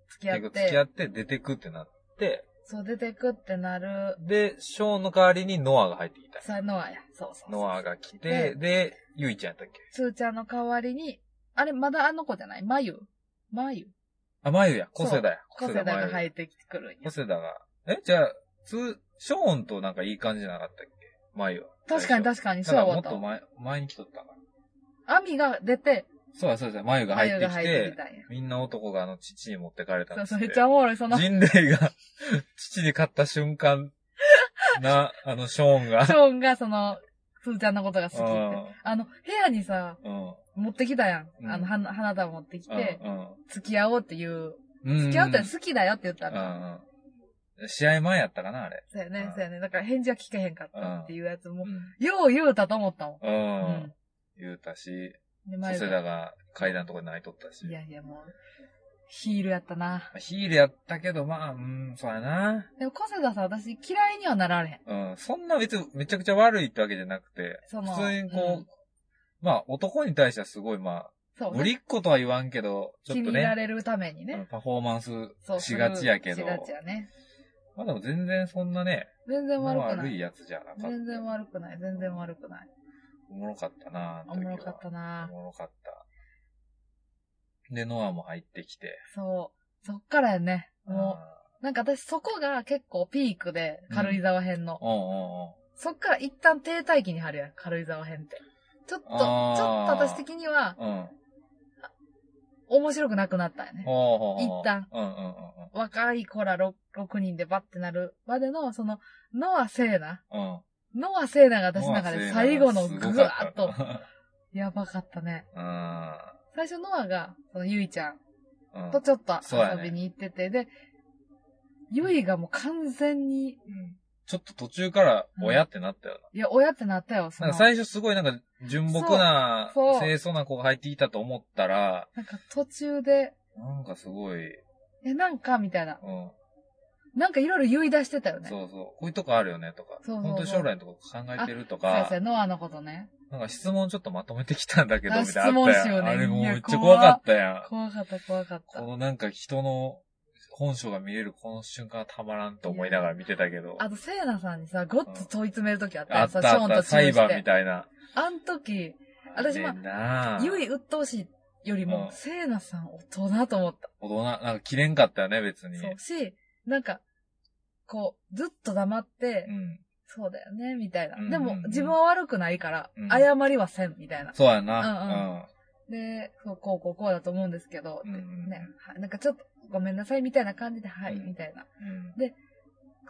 B: 付き合
A: 結
B: っ
A: 局
B: て。
A: 付き合って出てくってなって、
B: そう、出てくってなる。
A: で、ショーンの代わりにノアが入ってきた。
B: さ、ノアや。そうそうそう。
A: ノアが来て、
B: で
A: で、ゆいちゃんやったっけ
B: つーちゃんの代わりに、あれ、まだあの子じゃないまゆまゆ
A: あ、まゆや、コセダや。
B: コセダが
A: 入
B: 入ってくるん
A: コ
B: や。
A: セダが。えじゃあ、つ、ショーンとなんかいい感じじゃなかったっけまゆは。
B: 確かに確かに、
A: だ
B: そう
A: か
B: や
A: らも
B: わ
A: っ
B: と
A: と。前、前に来とったから。
B: アミが出て、
A: そうや、そうや、まゆが入
B: 眉
A: って
B: が
A: き
B: 入ってき
A: て、
B: たんや。
A: みんな男があの、父に持ってかれたん
B: そ
A: ですっ
B: うそう、
A: て
B: めっちゃおもろい。その、シ
A: 人類が 父に勝った瞬間な、あの、ショーンが。
B: ョーンがその、すーちゃんのことが好きって
A: うん。
B: あの、部屋にさ、
A: うん。
B: 持ってきたやん。
A: うん
B: あの、花花束持ってきて、
A: うん
B: 付き合おうっていう、
A: うん。
B: 付き合うって
A: うん
B: 好きだよって言った
A: う
B: の。
A: んうん。試合前やったかな、あれ。
B: そうや
A: う
B: ね
A: ん、
B: そうやね。だから返事は聞けへんかったっていうやつも
A: う、ん。
B: よう言うたと思ったも。
A: うん
B: うんん。。
A: 言うたし、
B: で、
A: ソ
B: 眉
A: セ
B: が
A: ダが階段のとこで泣いとったし
B: い。やいや、もう、ヒールやったな。
A: ヒールやったけど、まあ、うん、そうやな。
B: でも、コセダさん、私嫌いにはなられへん。
A: うん。そんな別にめちゃくちゃ悪いってわけじゃなくて、
B: その
A: 普通にこ
B: う、
A: うんまあ、男に対してはすごい、ま
B: そ
A: あ、
B: う。
A: ぶりっ子とは言わんけど、ちょ
B: 気
A: っと
B: に入ら
A: ね、
B: れるために
A: うん
B: ね。
A: パフォーマンス
B: そう。
A: しがちやけど
B: し、がちやね。
A: まあでも全然そんなね、
B: 全然悪くな
A: 悪い
B: い。
A: やつじゃなかった。
B: 全然悪くない。全然悪くない。
A: おもろかったなあの
B: お
A: 時
B: も
A: は
B: ろかったな
A: おもろかった。で、ノアも入ってきて。
B: そう。そっからやね。も
A: あ
B: う、なんか私そこが結構ピークで、軽井沢編の。
A: ーうんうんうん。
B: そっから一旦停滞期に入るやん、軽井沢編って。ちょっと、ちょっと
A: あー
B: 私的には
A: うん。
B: 面白くなくなったよね。
A: ほうほうほう
B: 一旦。
A: うんうんうん
B: 若い子ら 6, 6人でバッてなるまでの、その、ノア・セーナ。
A: うん。うん。
B: ノア・セーナが私の中で最後のぐわーっと
A: すご、かっ
B: やばかったね。
A: た。
B: 最初ノアが、そのゆいちゃん
A: うん。うん
B: とちょっと
A: そうやね
B: 遊びに行ってて、で、ゆいがもう完全に、
A: ちょっと途中から、親ってなったよ
B: いや、親ってなったよ、そ
A: な。
B: の。
A: なんか最初すごいなんか、純朴な、
B: そうそう
A: 清楚な子が入ってきたと思ったら、
B: なんか途中で、
A: なんかすごい、
B: え、なんか、みたいな。
A: うん。
B: なんかいろいろ言い出してたよね。
A: そうそう。こういうとこあるよね、とか。
B: そうそうそう
A: 本当に将来のとこ考えてると
B: そう
A: か
B: です。よ、ノアのことね。
A: なんか質問ちょっとまとめてきたんだけど、
B: あ
A: みたいなあった
B: 質問集
A: やん。
B: ね
A: あれもう
B: いや
A: めっちゃ怖かったやん。
B: 怖かった、怖かっ
A: こ
B: た。
A: のなんか人の本性が見れるこの瞬間はたまらんと思いながら見てたけど。
B: あと、セイナさんにさ、ごっつ問い詰めるときあった
A: あ
B: よ
A: っ
B: さ、
A: たあっ
B: ショーン
A: た、
B: とチュ
A: 裁
B: ーし
A: 判み
B: て。
A: たいな。
B: あん時、私も
A: あれなあ
B: ゆい鬱陶しいより
A: う
B: も
A: ん、
B: セイナさん大人と思った。
A: 大人、なんか切れんかったよね、別に。
B: そうし、なんか、こう、ずっと黙って
A: う、ん。
B: そうだよね、みたいな
A: うんうんう。ん
B: でも、自分は悪くないから
A: うん、
B: 謝りはせん、みたいな。
A: そうやな。
B: で、そう、こう、こう、こうだと思うんですけど、
A: うんうんうん
B: ね、はいなんかちょっと、ごめんなさい、みたいな感じで、はい、
A: うん
B: みたいな。
A: うん。うん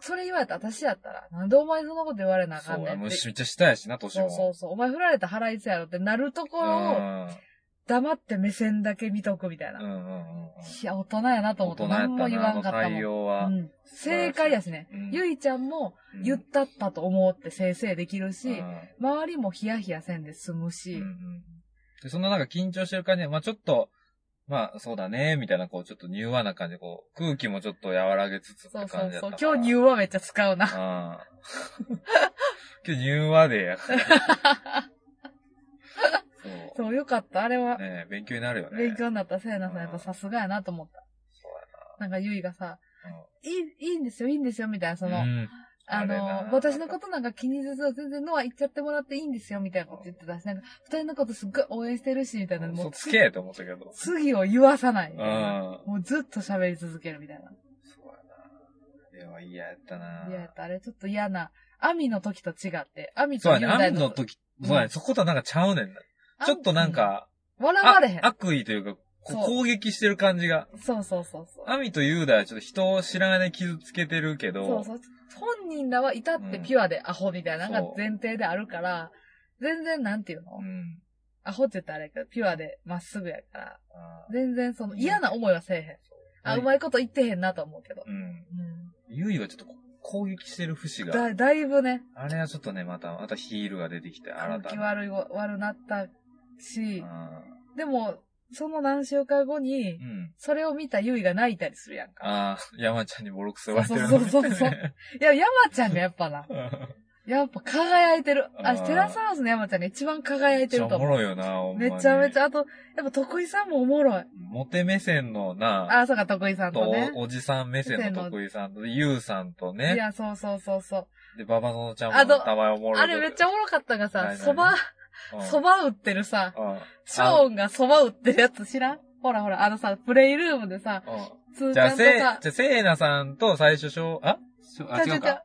B: それ言われたら私やったら、なんでお前そんなこと言われなあ
A: そ
B: かん
A: う
B: ね
A: や、
B: ん
A: も
B: っ
A: う
B: て。
A: めっちゃ下やしな、年
B: そ
A: も。
B: うそうそう。お前振られたら腹いつやろってなるところを、黙って目線だけ見とくみたいな。
A: うんう
B: い
A: んうんうんうん。
B: や、大人やなと思
A: 大人
B: って、
A: や
B: 何も
A: った
B: 言
A: な、
B: わ
A: あ
B: ん
A: の
B: かった
A: 対
B: もん。
A: 応は
B: う。ん、正解やしね。
A: うん
B: ゆいちゃんも言ったったと思って正々できるし、
A: うん
B: 周りもヒヤヒヤせんで済むし、
A: うんうんで、そんななんか緊張してる感じで、まあちょっと、まあそうだね、みたいな、こう、ちょっと柔和な感じで、こう、空気もちょっと和らげつつって
B: そ
A: 感
B: う
A: じだ
B: そ
A: っ
B: う
A: た
B: そう
A: から。。
B: 今日入話めっ ちゃ使うな。
A: 和。うん。今日柔和でやから。
B: そう、よかった。あれは、
A: ねえ勉強になるよね。
B: 勉強になったせいなさん、やっぱさすがやなと思った。なんか、ゆいがさ、いい、いいんですよ、いいんですよ、みたいな、
A: そ
B: そう
A: や
B: の、
A: な。うん
B: あ
A: あれ
B: の
A: な、
B: 私のことなんか気にせず、全然ノア行っちゃってもらっていいんですよ、みたいなこと言ってたし、なんか、二人のことすっごい応援してるし、みたいな、も
A: 嘘
B: う、
A: つけと思ったけど。うん。そ
B: 次を言わさないみ
A: う
B: たいな。
A: や
B: もうずっと喋り続けるみたいな。
A: な。では嫌やったない
B: や、やっぱあれちょっと嫌な。アミの時と違って。アミ
A: そう
B: と
A: やね。アンの時、そうや
B: う
A: ね。
B: ん
A: そことはなんかちゃうねんな。ちょっとなん、か、
B: うん笑
A: あ
B: われへん。
A: 悪意というか、こう
B: そう
A: 攻撃してる感じが。
B: そうそうそうそう。
A: アミとユーダはちょっと人を知らないで傷つけてるけど、
B: そうそう。本人らは至ってピュアでアホみたいなのが
A: そう
B: 前提であるから、全然なんていうの、
A: うん。
B: アホって言ったらあれやけど、ピュアでまっすぐやから、
A: あー
B: 全然その嫌な思いはせえへん。あ、
A: うん
B: うまいこと言ってへんなと思うけど。
A: うん。
B: う
A: ユイはちょっとこ攻撃してる節
B: ん。
A: が。
B: だ、だいぶね、
A: あれはちょっとね、また、またヒールが出てきて、新
B: 空
A: た
B: 気
A: な。
B: 悪いわ、悪なったし、
A: う
B: でも、その何週間後に、
A: ん。うん
B: それを見たユイが泣いたりするやんか。
A: ああ、山ちゃんにボロクソ言われてる
B: そうそうそうそう
A: ね
B: いや、山ちゃんがやっぱな、 やっぱ輝いてる。あ、
A: あー
B: テラサウスの山ちゃんが一番輝
A: め
B: い
A: っち
B: て
A: ゃ
B: る
A: お
B: と
A: も
B: 思う。
A: ろいよな、ほんま
B: め
A: に
B: ちゃめちゃ、あと、やっぱ徳井さんもおもろい。
A: モテ目線のな、
B: あ、そうか、徳井さんと
A: と
B: ね。
A: お、おじさん目線の徳井さんと、ゆうさんと
B: い
A: ね、
B: や、そうそうそうそう。
A: で、ババゾノちゃ
B: あ
A: んも
B: の
A: 名前おもろい。
B: あれめっちゃおもろかったが
A: な
B: さ、
A: いない
B: そば、
A: うん、
B: そば売ってるさ、
A: うん、
B: ショーンがそば売ってるやつ知らんほらほら、あのさ、プレイルームでさ、
A: う
B: つー
A: ん。
B: ち
A: じ
B: ゃ
A: ゃ
B: ん
A: あ、
B: と
A: せい、じ
B: さ
A: ゃ、あ、せいなさんと最初しょう、あしょあ、
B: ちゃ
A: 違
B: う
A: う
B: ちゃう
A: か。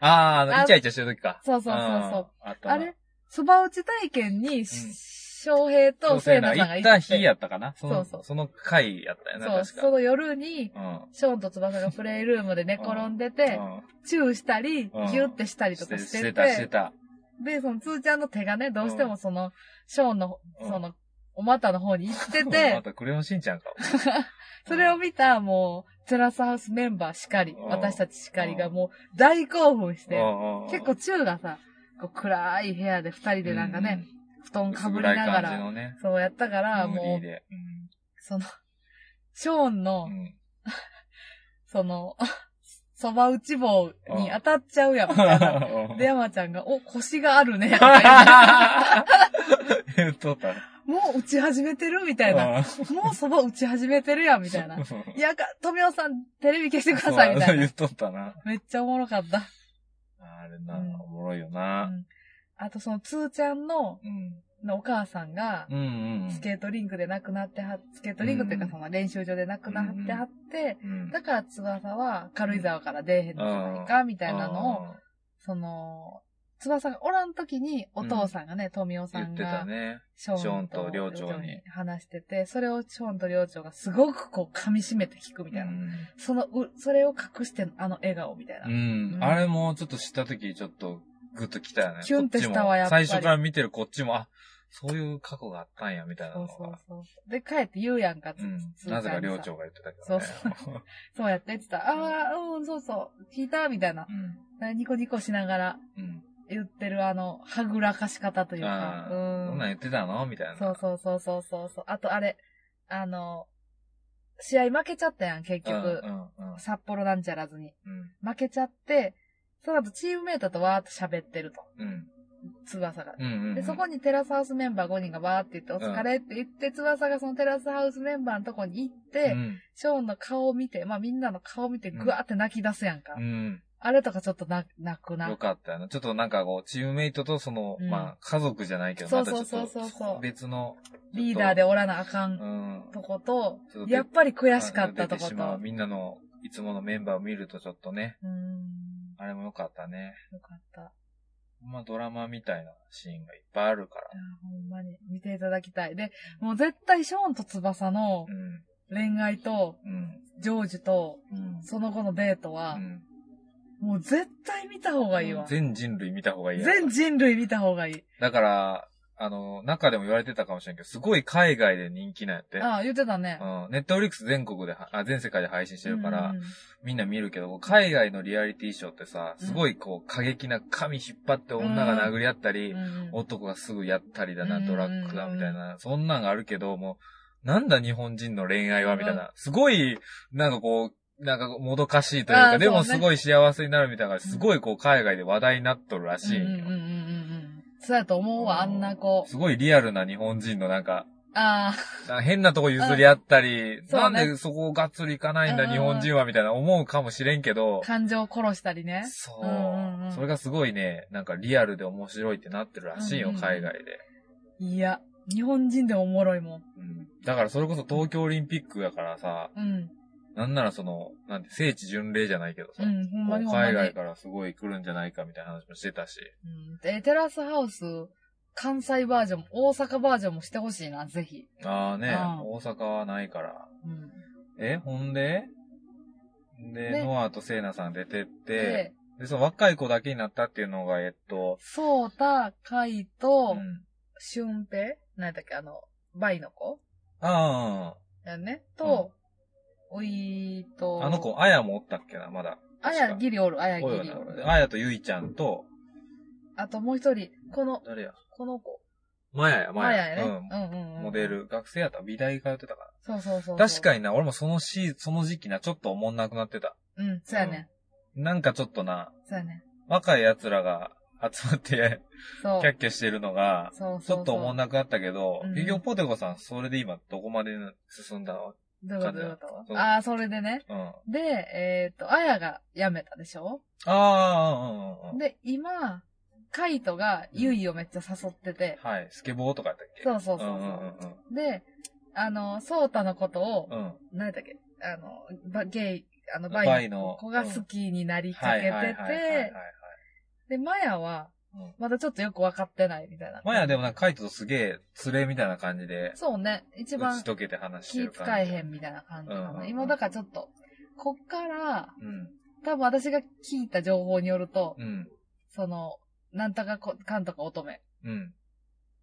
A: あーあ
B: あ
A: の、イチャイチャしてる時か。
B: そうそうそうそう。
A: うん。あったな
B: あれそば打ち体験に、翔平
A: そ
B: と
A: うせ
B: せ
A: い
B: いな
A: な
B: さんが
A: 行
B: 行
A: っ
B: って。
A: た日やったかなその
B: そうそう
A: その回やったよな、
B: そう、
A: 確か。
B: その夜に、
A: うん。
B: ショーンと翼がプレイルームで寝転んでて、チューしたり、ギ
A: うん
B: ュってした
A: うん
B: りとかして、
A: しててた、してた。
B: で、そのつーちゃんの手がね、どうしてもその、ショーンの、
A: うん
B: その、お股の方に 行って
A: ま
B: て、
A: たクレヨンしんちゃんかも。
B: それを見た、もう、テラスハウスメンバーしかり
A: う、ん
B: 私たちしかりがもう、大興奮して、結
A: 結
B: 構、チューがさ、こう暗い部屋で二人でなんかね、布
A: う
B: 団
A: ん、
B: か
A: 薄
B: ぶり
A: 暗い
B: なが
A: 感じ
B: ら、
A: のね、
B: そうやったから、
A: ムーディ
B: も
A: ー
B: う、
A: で。
B: その、ショーンの、
A: うん
B: その、 そば打ち棒に当たっちゃうやん、みた いな。
A: うん
B: で、山ちゃんが、お、腰が あるね、とか言って
A: 言っとったな。
B: もう打ち始めてるみたいな。
A: うん
B: もうそば打ち始めてるやん、みたいな。い
A: そう
B: や、か、富尾さん、テレビ消してください、みたい
A: 言
B: な
A: っ。とったな。
B: めっちゃおもろかった。
A: あれな、
B: うん
A: おもろいよ
B: う
A: な。
B: んあと、その、つーちゃんの、
A: うん。
B: のお母さんが
A: う、んうんうん。
B: スケートリンクで亡くなっては、スケートリンクっていうか、その練習場で亡くなってはって、
A: うん
B: だから翼は軽井沢から出えへんのじゃないか、みたいなのを、
A: うん
B: その、翼がおらん時に、お父さんがね、富夫さ
A: 言っ
B: ん
A: てた
B: が、
A: ね。
B: ショーン
A: ショーン
B: と
A: と
B: 寮
A: 寮
B: 長
A: 長
B: に
A: に
B: 話してて、それをショーンと寮長がすごくこう噛み締めて聞くみたいな。
A: うん
B: そのう、それを隠してのあの笑顔みたいな。
A: うん
B: う。ん
A: あれもちょっと知ったとき、ちょっとグッときたよね。
B: キュンってしたわ
A: こ
B: やっ
A: ちも
B: ぱり
A: 最初から見てるこっちも、あ、そういう過去があったんや、みたいな
B: そ
A: の
B: うそう
A: が。
B: そう。で、帰って言うやんか、つ
A: うん。
B: つ
A: なぜか
B: つーちゃん
A: 寮
B: にさ
A: 長が言ってたけどね。
B: そう そうやってって言ったら、ああー、うん、そうそう、聞いたみたいな。ニコニコしながら
A: うん。。
B: 言ってるあの、はぐらかし方といううん
A: あ
B: か。
A: あ、どんなん
B: ん。
A: 言ってたのみたいな。
B: そうそうそうそうそうそう。あとあれ、あの、試合負けちゃったやん、結
A: うん。うん。
B: 局
A: う。ん。
B: 札幌なんちゃらずに。
A: うん
B: 負けちゃって、その後チームメイトとわーっと喋ってると。
A: うん。
B: 翼が。
A: うん。うん。
B: で、そこにテラスハウスメンバー5人がわーって言って、お疲れって言って、翼がそのテラスハウスメンバーのとこに行って、
A: うん。
B: ショーンの顔を見て、まあみんなの顔を見て、ぐわーって泣き出すやんか。
A: うん。
B: あれとかちょっとな泣く
A: よ
B: な。
A: かったよな。ちょっとなんかこう、チームメイトとその、
B: うん
A: まあ、家族じゃないけど、
B: そう
A: またち
B: そ
A: ょ
B: う
A: っと
B: そうそうそう
A: 別の。
B: リーダーで
A: ちょっ
B: おらなあか
A: と。うんん。
B: とこと
A: ちょっ、と
B: やっぱり悔しかったと
A: 出て
B: こ
A: しま
B: と
A: う。みんなの、いつものメンバーを見るとちょっとね、
B: うーん、
A: あれも良かったね。
B: よかった。い
A: まあドラマみたいなシーンがいっぱいあるから。
B: やほんまに見ていただきたい。で、もう絶対ショーンと翼の
A: うん。
B: 恋愛と、
A: うん。
B: ジョージと、
A: うん。
B: その後のデートは、もう絶対見た方がいいわ。
A: 全人類見た方がいいやろ
B: 全人類見た方がいい。
A: だから、あの、中でも言われてたかもしれんけど、すごい海外で人気なんやって。
B: ああ、言ってたね。
A: うん。ネットフリックス全国では、あ、全世界で配信してるから、
B: うんうん
A: みんな見るけど、海外のリアリティショーってさ、すごいこう、過激な髪引っ張って女が殴り合ったり、
B: うんうん
A: 男がすぐやったりだな、
B: うん
A: ドラッグだ、みたいな、そんなんがあるけど、もう、なんだ日本人の恋愛は、みたいな。すごい、なんかこう、なんかもどかしいという
B: あー
A: か、で
B: そう
A: も
B: ね
A: すごい幸せになるみたいな、すごいこう、海外で話題になっとるらしいんよ。
B: うんうんうんうんうんそうやと思うわ、あんな子。
A: すごいリアルな日本人のなんか、
B: あ
A: なんか変なとこ譲り合ったり、
B: そう
A: なん
B: ね
A: でそこをがっつり行かないんだ、
B: うんうん
A: 日本人は、みたいな思うかもしれんけど
B: あ、、感情を殺したりね。
A: そう、
B: うんうんうん
A: それがすごいね、なんかリアルで面白いってなってるらしいよ、
B: うんうん
A: 海外で。
B: いや、日本人でもおもろいもん。
A: うんだからそれこそ東京オリンピックやからさ、
B: うん。
A: なんならその、なんて、聖地巡礼じゃないけどさ、
B: うん、ほんまにほんま
A: 海
B: に。
A: 外からすごい来るんじゃないかみたいな話もしてたし、
B: うん、で、テラスハウス、関西バージョン、大阪バージョンもしてほしいな、ぜひ。
A: ああね、
B: うん
A: 大阪はないから。
B: うん。
A: え、ほんでで、
B: ね
A: ノアとセイナさん出てって、、で、その若い子だけになったっていうのが、えっと、
B: そうた、かいと
A: う、ん
B: しゅんぺい、なんやったっけ、あの、バイの子
A: あ
B: やんね。と、おいと、
A: あ、あの子、あやもおったっけな、まだ。
B: あ
A: 確
B: や
A: か
B: ギリおる、あやギ
A: およ
B: リ
A: な
B: おる。
A: あやとゆいちゃんと、
B: あともう一人、この、
A: 誰や
B: この子。
A: まやや、
B: ま
A: ま
B: あ
A: や。
B: やね。うんうん
A: う。
B: うんん。
A: モデ。ル。学生やった美大通ってたか
B: そうそうそう。
A: ら。確かにな、俺もそのシーその時期な、ちょっとおもんなくなってた。
B: に。うん、そうやね。
A: なんかちょっとな、
B: そうやね。
A: 若い奴らが集まって、
B: そう。
A: キャッキャしてるのが、
B: そうそう
A: ち
B: そう
A: ょっとおもんなくなったけど、
B: うん
A: 結局ポテコさん、それで今どこまで進んだわ
B: どういうことどういうこ
A: そう
B: とああ、それでね。
A: うん。あ
B: で、えっ、と、あやが辞めたでしょ
A: あー、うんうんうん。
B: で、今、カイトがユイをめっちゃ誘ってて、
A: はい、スケボーとかやったっけ
B: そうそうそう
A: う
B: そうん
A: うん
B: で、あの、ソータのことを、
A: うんうん。うん。
B: 何やったっけ、あの、ばゲイ、あの、
A: バ
B: バ
A: イ
B: イ
A: の
B: の子が好きになりか
A: はい
B: け
A: はいはい
B: て
A: はいはいはい
B: て、。で、マヤは
A: うん、
B: まだちょっとよくわかってないみたいな。
A: まあやでもなんかカイトとすげえ連れみたいな感じで、
B: そうね、一
A: 打
B: 番
A: ち解けて話して
B: 気
A: る感
B: 使え
A: じ。
B: へんみたいな感じかな。
A: うんうんうん
B: 今、だからちょっと、こっから、
A: うん。
B: 多分私が聞いた情報によると、
A: うん。
B: その、なんとかこ、かんとか乙女、
A: うん。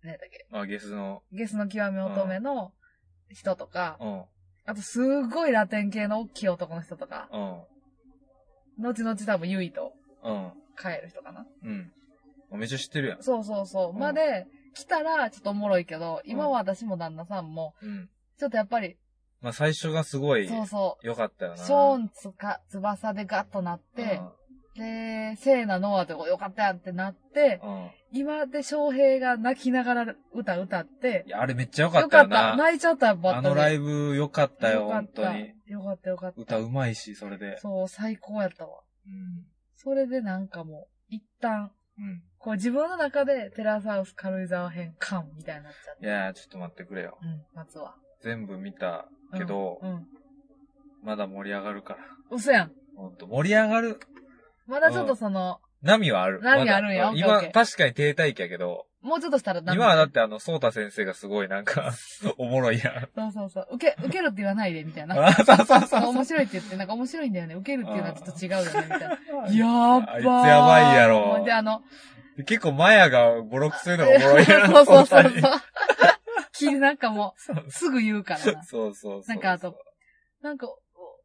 B: 何やったっけ、
A: まあゲスの、
B: ゲスの極み乙女の人とか、
A: うん。
B: あとすごいラテン系の大きい男の人とか、
A: うん。
B: 後々多分ユイと
A: うん。
B: 帰る人かな。
A: うん。めっちゃ知ってるやん。
B: そうそうそう。
A: うん
B: まで、来たらちょっとおもろいけど、今
A: うん
B: は私も旦那さんも、
A: うん。
B: ちょっとやっぱり、
A: まあ最初がすごい
B: そうそ
A: 良かったよ
B: う、
A: な。
B: ショーンつか、翼でガッとなって、で、セーナ、ノアとよかったやんってなって、
A: うん。うん。
B: 今で翔平が泣きながら歌歌って
A: い、や、あれめっちゃ良か
B: よ
A: った
B: か
A: よ
B: った
A: な。
B: 泣いちゃったやっぱ
A: あのラ
B: イ
A: イブ良かったよ、
B: よか
A: 本
B: った
A: 当に。
B: よかったよかった。
A: 歌うまいし、それで。
B: そう、最高やったわ。
A: うん。
B: それでなんかもう、一旦、
A: うん。
B: こう自分の中でテラスハウス軽井沢編感みたいになっちゃって。
A: いやー、ちょっと待ってくれよ。
B: うん、松は。
A: 全部見たけど、
B: うん。うん
A: まだ盛り上がるから。
B: 嘘やん。
A: ほんと、盛り上がる。
B: まだちょっとその、
A: 波はある。
B: 波あるん
A: まだ
B: やオッケーオッ
A: 今、
B: ケー
A: 確かに停滞期やけど、
B: もうちょっとしたらダメ
A: 今はだってあの、ソータ先生がすごいなん か、おもろいやん。
B: そうそうそう。受け、受けるって言わないで、みたいな。
A: あ そうそうそうそう。
B: 面白いって言って、なんか面白いんだよね。受けるっていうのはちょっと違うよね、みたいな。
A: い
B: やーばー。
A: あいつやばいやろ
B: で、あの、
A: や結構マヤがボロクするのがおもろいやん。
B: そうそうそう
A: ソータ
B: そう。きなんかもう、すぐ言うから
A: に
B: な。
A: そうそうそう。
B: なんかあと、なんか、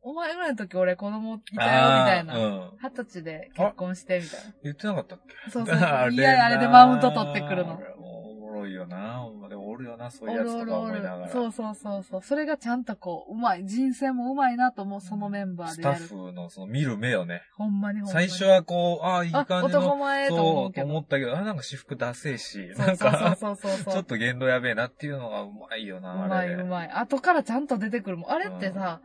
B: おお前ぐらいの時俺子供いたよ、み
A: あ
B: た
A: ー
B: いな。
A: うん。
B: 二十歳で結婚して、みたいな。
A: 言ってなかったっけ
B: そうそう。
A: あ
B: いや、あれでマウント取ってくるの。。
A: おもろいよな。ほんまでもおるよな、そういう
B: お
A: や
B: る
A: つ
B: お
A: と
B: る
A: か
B: お
A: 思い
B: る
A: なが。ら。
B: そうそうそうそう。それがちゃんとこう、うまい。人生もうまいなと思う、そのメンバー
A: ス
B: で
A: タ
B: や
A: ッ
B: る。
A: フのその見る目よね。
B: ほんまにほんま
A: 最
B: に。
A: 初はこう、ああ、いい
B: あ、
A: 感じ
B: 男
A: の。
B: 前と思
A: そうう、と
B: け
A: 思
B: ど。
A: ったけど、あ、なんか私服ダセえし、
B: そう
A: なんか、
B: そうそうそ
A: ち
B: うそ
A: ょっ
B: う。
A: と言動やべえなっていうのがうまいよ
B: う
A: な、あ
B: まい
A: れ。
B: うまい。後からちゃんと出てくるもん。あれってさ、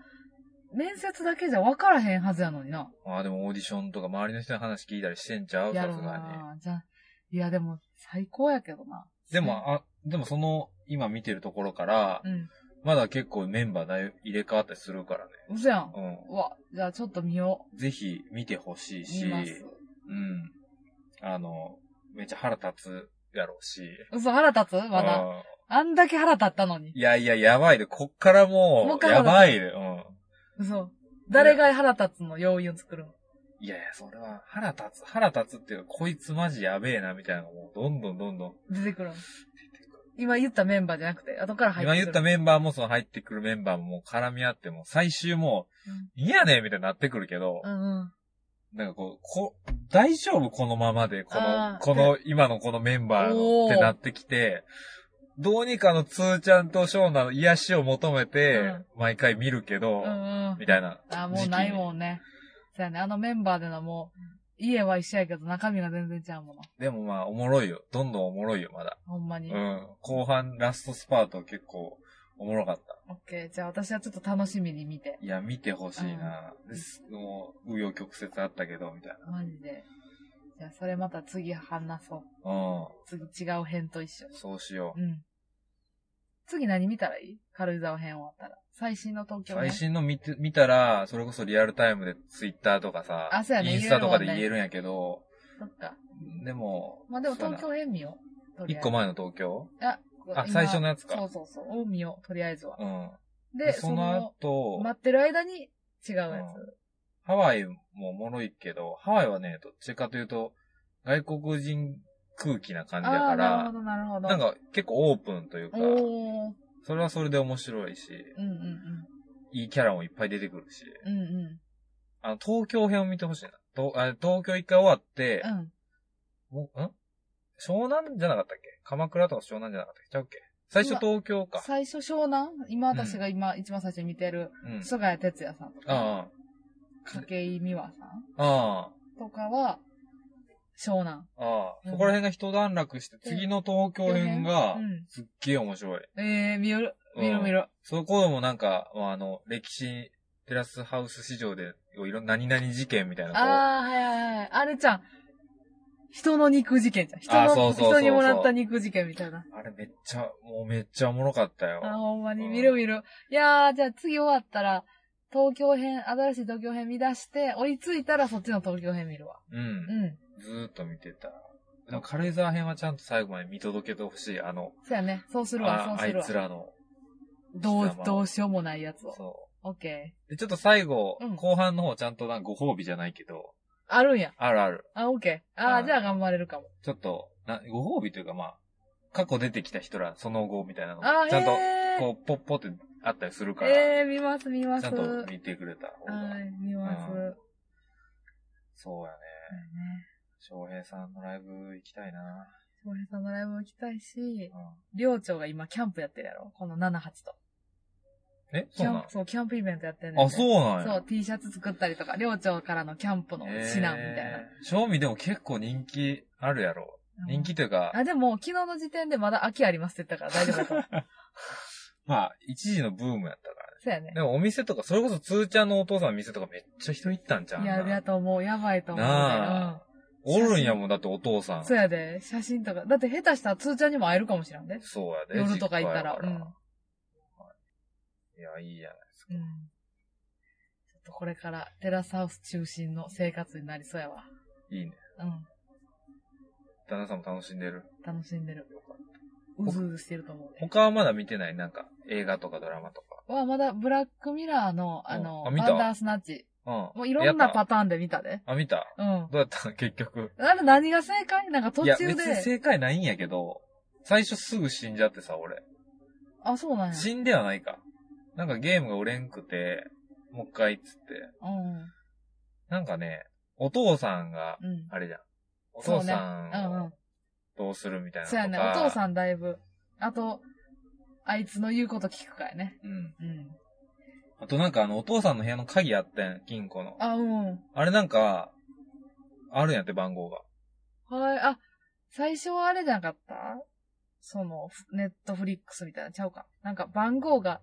B: 面接だけじゃ分からへんはずやのにな。
A: ああ、でもオーディションとか周りの人の話聞いたりしてんちゃう
B: や
A: さ
B: ろ
A: す
B: う
A: がに。
B: な。じゃあいやでも、最高やけどな。
A: でも、あ、でもその、今見てるところから、
B: うん。
A: まだ結構メンバーだい入れ替わったりするからね。
B: 嘘やん。
A: う
B: うわ、じゃあちょっと見よ。
A: ん。ぜひ見てほしいう
B: 見
A: し、
B: ます。
A: うん。あの、めっちゃ腹立つやろうし。
B: 嘘腹立つまだ。
A: うん
B: あんだけ腹立ったのに。
A: いやいや、やばいで、こっから
B: もう
A: も
B: 一
A: う、
B: 回
A: やばいで、うん。
B: 嘘。誰が腹立つの要因を作るの。
A: いやいや、それは腹立つ、腹立つっていうか、こいつマジやべえな、みたいなのがもうどんどんどんどん。
B: 出てくるの。今言ったメンバーじゃなくて、後から入って
A: 今
B: くる。
A: 言ったメンバーもその入ってくるメンバーももう絡み合っても、最終もう、いやねみたいになってくるけど、
B: うんうん。
A: なんかこう、こ、大丈夫このままで、この
B: あ、ー
A: この、今のこのメンバーの
B: お
A: っ
B: ー
A: てなってきて、どうにかのつーちゃんとショーナの癒しを求めて、毎回見るけど、
B: うんうん。
A: みたいな。
B: あ、もうない
A: ん。
B: もんね。そうやね。あのメンバーでのも家は一緒やけど中身が全然ちゃうもの。
A: でもまあ、おもろいよ。どんどんおもろいよ、まだ。
B: ほんま
A: う
B: に。
A: ん。後半、ラストスパート結構、おもろかった。
B: オッケー。じゃあ私はちょっと楽しみに見て。
A: いや、見てほしいな。ですもう、紆余曲折あったけど、みたいな。
B: マジで。じゃあそれまた次話そ
A: う
B: う。
A: ん。
B: 次違う編と一緒。
A: そうしよう。
B: うん。次何見たらいい軽井沢編終わったら。最新の東京編。
A: 最新の見て、見たら、それこそリアルタイムでツイッターとかさ、
B: あそうやね
A: インスタとかで
B: 言
A: 言
B: え
A: える
B: る
A: んやけど、
B: そっか。
A: でも、
B: まあでも
A: そうや
B: 東
A: な
B: 京編見よう。とりあえ
A: 一
B: ず
A: 個。前の東京
B: あ、
A: あ
B: 今
A: 最初のやつか
B: そうそうそう。を見よう。とりあえずは。
A: うん。
B: で、
A: そ
B: そ
A: の
B: の、
A: 後、
B: 待ってる間に違うや
A: うんハワイもおもろいけど、ハワイはね、どっちかというと、外国人空気な感
B: つ。
A: じだ
B: あ
A: か
B: あー、
A: ら
B: なるほ、ど、なるほど。
A: なん、か結構オープンというか、
B: おー。
A: それはそれで面白いし、
B: うんうん
A: いいキャラもいっぱい出てくるし、
B: うん。うんうん。
A: あの、東京編を見てほしいな。とあ東京一回終わって、
B: うん。
A: もうん湘南じゃなかったっけ鎌倉とか湘南じゃなかったっけちゃうっけ最初
B: 今
A: 東京か。
B: 最初湘南今
A: うん
B: 私が今、一番最初に見てる、
A: うん。
B: 菅谷哲也さんとか、
A: あ
B: 筧美和さ
A: あ、
B: ん
A: あ
B: とかは、湘南。
A: あ、ああ。
B: うん
A: そこら辺が一段落して、次の東京編が
B: う、ん。
A: すっげえ面白い。
B: えー、見よる、見
A: う
B: る
A: ん
B: 見る。
A: そこでもなんか、まああの、歴史、テラスハウス市場で、いろんな何々事件みたいな
B: あー、はいはいはい。あれちゃん、人の肉事件じゃん。人
A: あー
B: の
A: そうそうそうそう
B: 人にもらった肉事件みたいな。
A: こう。あれめっちゃ、もうめっちゃおもろかったよ。
B: あー、ほんまに、
A: うん
B: 見る見る。いやー、じゃあ次終わったら、東京編、新しい東京編見出して、追いついたらそっちの東京編見るわ。
A: う。
B: うんん。
A: ずーっと見てた。でも軽井沢編はちゃんと最後まで見届けてほしい。あの、
B: そうやね。そうするわ、
A: あ
B: そう
A: あ
B: する
A: い
B: わ
A: つ。らの。
B: ど
A: 貴
B: う
A: 様、を
B: どうしようもないやつを。
A: そう。
B: オッケー。
A: で、ちょっと最後、
B: うん
A: 後半の方ちゃんとなんかご褒美じゃないけど、
B: あるんや。
A: あるある。
B: あ、オッケー。あ
A: あー
B: ー、じゃあ頑張れるかも。
A: ちょっと、なご褒美というかまあ、過去出てきた人ら、その後みたいなの
B: あー、
A: ちゃんと、
B: へー
A: こう、ポッポってあったりするから、
B: えー、見ます、見ます。
A: ちゃんと見てくれた方が。
B: はい、見ます。
A: うん
B: ね
A: そうやね。翔平さんのライブ行きたいな。
B: 翔平さんのライブも行きたいし、
A: う
B: 寮長が今キャンプやってるやろこの7、8と。
A: ん、え
B: キ
A: そう
B: ャ
A: な
B: ン
A: の
B: プ、そう、キャンプイベントやってんねん
A: あ、そうなんや。
B: そう、T シャツ作ったりとか、寮長からのキャンプの指南みたいな。
A: えー。賞味でも結構人気あるやろ。
B: うん
A: 人気というか、
B: あ、でも、昨日の時点でまだ秋あります って言ったから大丈夫だと思う。
A: まあ、一時のブームやったからね。
B: そうやね
A: で。もお店とか、それこそつーちゃんのお父さんの店とかめっちゃ人行ったんじゃん。
B: いや、だと思う。やばいと思う。
A: なあおるんやもん、だってお父さ
B: うん
A: ん。
B: そうやで、写真とか。だって下手したらつーちゃんにも会えるかもしれんで。
A: そうやで。
B: 夜とか行ったら。
A: 実家
B: うん。う
A: や
B: ん。ち
A: か
B: ょ
A: いや、いいじゃないですか。
B: っとこれからテラスハウス中心の生活になりそうやわ。
A: いいね。
B: うん。
A: 旦那さんも楽しんでる。
B: 楽しんでる。
A: よかった
B: うずうずしてると思うね。
A: 他はまだ見てないなんか、映画とかドラマとか。
B: は、まだブラックミラーの、あの、
A: あ
B: ア
A: 見た
B: ンダースナッチ。
A: うん。
B: もういろんな
A: や
B: パ
A: っ
B: ターンで見たで。
A: たあ、見た
B: うん。
A: どうやったの 結局。
B: あれ何が正解なんか途
A: いや、
B: 中
A: 別に
B: で。
A: 正解ないんやけど、最初すぐ死んじゃってさ、俺。
B: あ、そうなんや。
A: 死んではないか。なんかゲームが売れんくて、もう一回っつって。
B: うん。
A: なんかね、お父さんが、
B: うん。
A: あれじゃん。お
B: そう
A: 父
B: ね
A: さ
B: うんんう
A: を
B: ん。
A: どうするみたいなのと
B: そう
A: か。
B: やね。お父さんだいぶ。あと、あいつの言うこと聞くかやね。
A: うん。
B: うん。
A: あとなんかあの、お父さんの部屋の鍵あったやん、金庫の。あ
B: あ、うん。
A: れなんか、あるんやって、番号が。
B: はい。あ、最初はあれじゃなかったその、ふネットフリックスみたいなちゃうか。なんか番号が、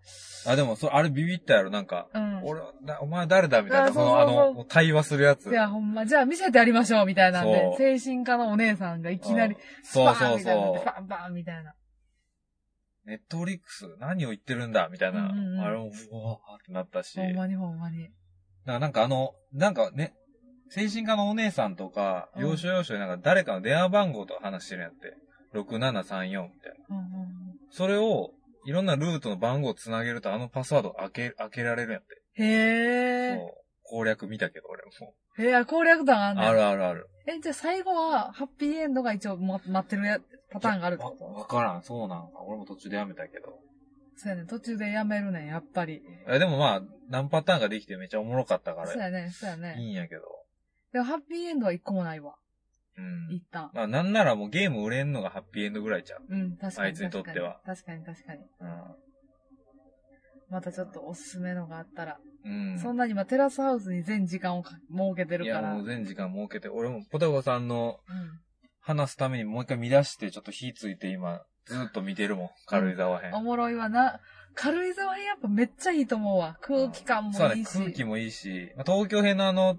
A: あ、でも、それ、あれビビったやろ、なんか。
B: うん。
A: 俺、なお前誰だみたいな、
B: あ
A: そ
B: そう
A: の、あ
B: そうそう
A: の、対話するやつ。
B: じゃあほんま、じゃあ見せてやりましょうみたいなんで、
A: そ
B: 精神科のお姉さんがい
A: うん
B: きなり、。ス
A: そ
B: パ
A: う
B: ー
A: そ
B: ン
A: う
B: みたいな。
A: そ
B: バンバンみたいな。
A: う。ネットフリックス、何を言ってるんだみたいな。
B: うんうんうん
A: あれも、うわーってなったし。
B: ほんまにほんまに。
A: なんかなんかあの、なんかね、精神科のお姉さんとか、
B: うん
A: 要所要所でなんか誰かの電話番号と話してるんやって。6734みたいな。
B: うんうんうん
A: それを、いろんなルートの番号をつなげると、あのパスワード開け、開けられるんやって。
B: へ
A: そう。攻略見たけど、俺も。
B: え。へえ、あ攻略弾あんねん
A: あるあるある。
B: え、じゃあ最後は、ハッピーエンドが一応ま待ってるやパターンがあるってこ
A: わ
B: と
A: わからん、そうなんか。俺も途中でやめたけど。
B: そうやね。途中でやめるねん、やっぱり。
A: えでもまあ、何パターンかできてめっちゃおもろかったか
B: そう
A: ら、
B: やね、そうや
A: いいん
B: ね。
A: やけど。
B: でもハッピーエンドは一個もないわ。
A: うん
B: 一。旦。
A: まあ、なんならもうゲーム売れんのがハッピーエンドぐらいちゃう。
B: うん、確かに。
A: あいつにとっては
B: 確かに。確かに、確かに。
A: うん。
B: またちょっとおすすめのがあったら、
A: うん。
B: そんなに今テラスハウスに全時間をか設けてる
A: い
B: か
A: や、
B: ら。
A: も
B: う
A: うん全時間設けて、俺もポテゴさんの話すためにもう一回見出して、ちょっと火ついて今、ずっと見てるもん。軽井沢編。
B: おもろいわな。軽井沢編やっぱめっちゃいいと思うわ。空気感
A: そう
B: も
A: だ
B: い
A: ね
B: い、し。
A: 空気もいいし、まあ東京編のあの、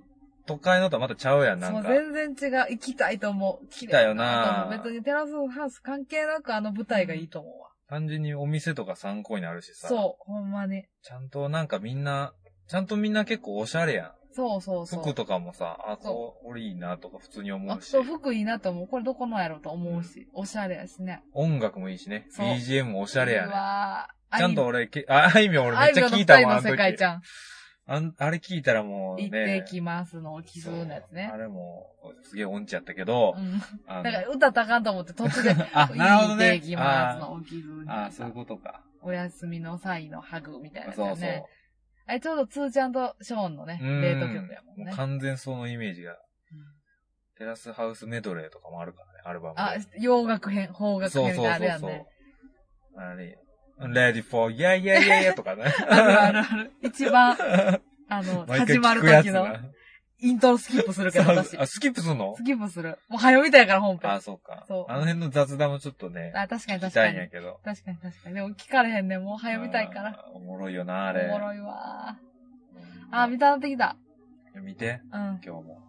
A: 都会のとはまたちゃうやん、なんか
B: そ。う、全然違う。行きたいと思う。
A: き
B: 綺
A: たいよ
B: 麗
A: な
B: なと思う。別にテラスハウス関係なくあの舞台がいいと思うわ。
A: 単純にお店とか参考になるしさ。
B: そう、ほんまに。
A: ちゃんとなんかみんな、ちゃんとみんな結構おしゃれやん。
B: そうそうそう。
A: 服とかもさ、あ、
B: そう
A: こう、俺いいなとか普通に思
B: あ
A: うし
B: そ。う、服いいなと思う。これどこのやろうと思うし。おしゃれやしね。
A: 音楽もいいしね。
B: そう
A: BGM もおしゃれや
B: う
A: ね。
B: わー
A: ちゃんと、俺け、あ、あいみょん俺めっちゃ聞いたもん、
B: あ
A: あ
B: いみょんの二人の世界ち
A: 時。
B: ゃん。
A: あんあれ聞いたらもう
B: 行っ
A: ね。
B: てきますの、奇数のやつね
A: あ。れも、すげえ音痴やったけど
B: う、ん。
A: あの。
B: だから歌たかんと思って突然
A: あなるほどね
B: 行ってきますの、お気づい
A: あそういうことか。
B: お休みの際のハグみたいなやつ
A: そ
B: よ
A: うそう。
B: ね。あれちょうどつーちゃんとショーンのね、
A: うん
B: デート曲やもん
A: も
B: ね
A: う。完全そのイメージが。
B: うん
A: テラスハウスメドレーとかもあるからね、アルバムで。
B: あ、洋楽編、邦楽
A: そう
B: 編みた
A: そ
B: いうなあれ
A: そう
B: やん
A: そうあ
B: ね。。
A: れ、Ready for Yeah Yeah Yeah とかね。
B: あるあるある。一番、あの、
A: 毎回
B: 始ま
A: 聞
B: る
A: くやつ
B: 時の
A: な。
B: イントロスキップするから私。
A: そうあ、スキップすんの
B: スキップする。もう早みたいやから本編。
A: あ、
B: あ
A: そうか。
B: そう
A: あの辺の雑談もちょっとね、
B: 確かに
A: 聞き
B: 確
A: た
B: か
A: いん
B: に
A: や。けど。
B: 確かに確かに。でも聞かれへんねん。もう早みたいから。
A: あー。おもろいよな、あれ。
B: おもろいわ
A: うん
B: ー。あー、見たなってきた。
A: 見て、
B: う
A: 今
B: ん。
A: 日も。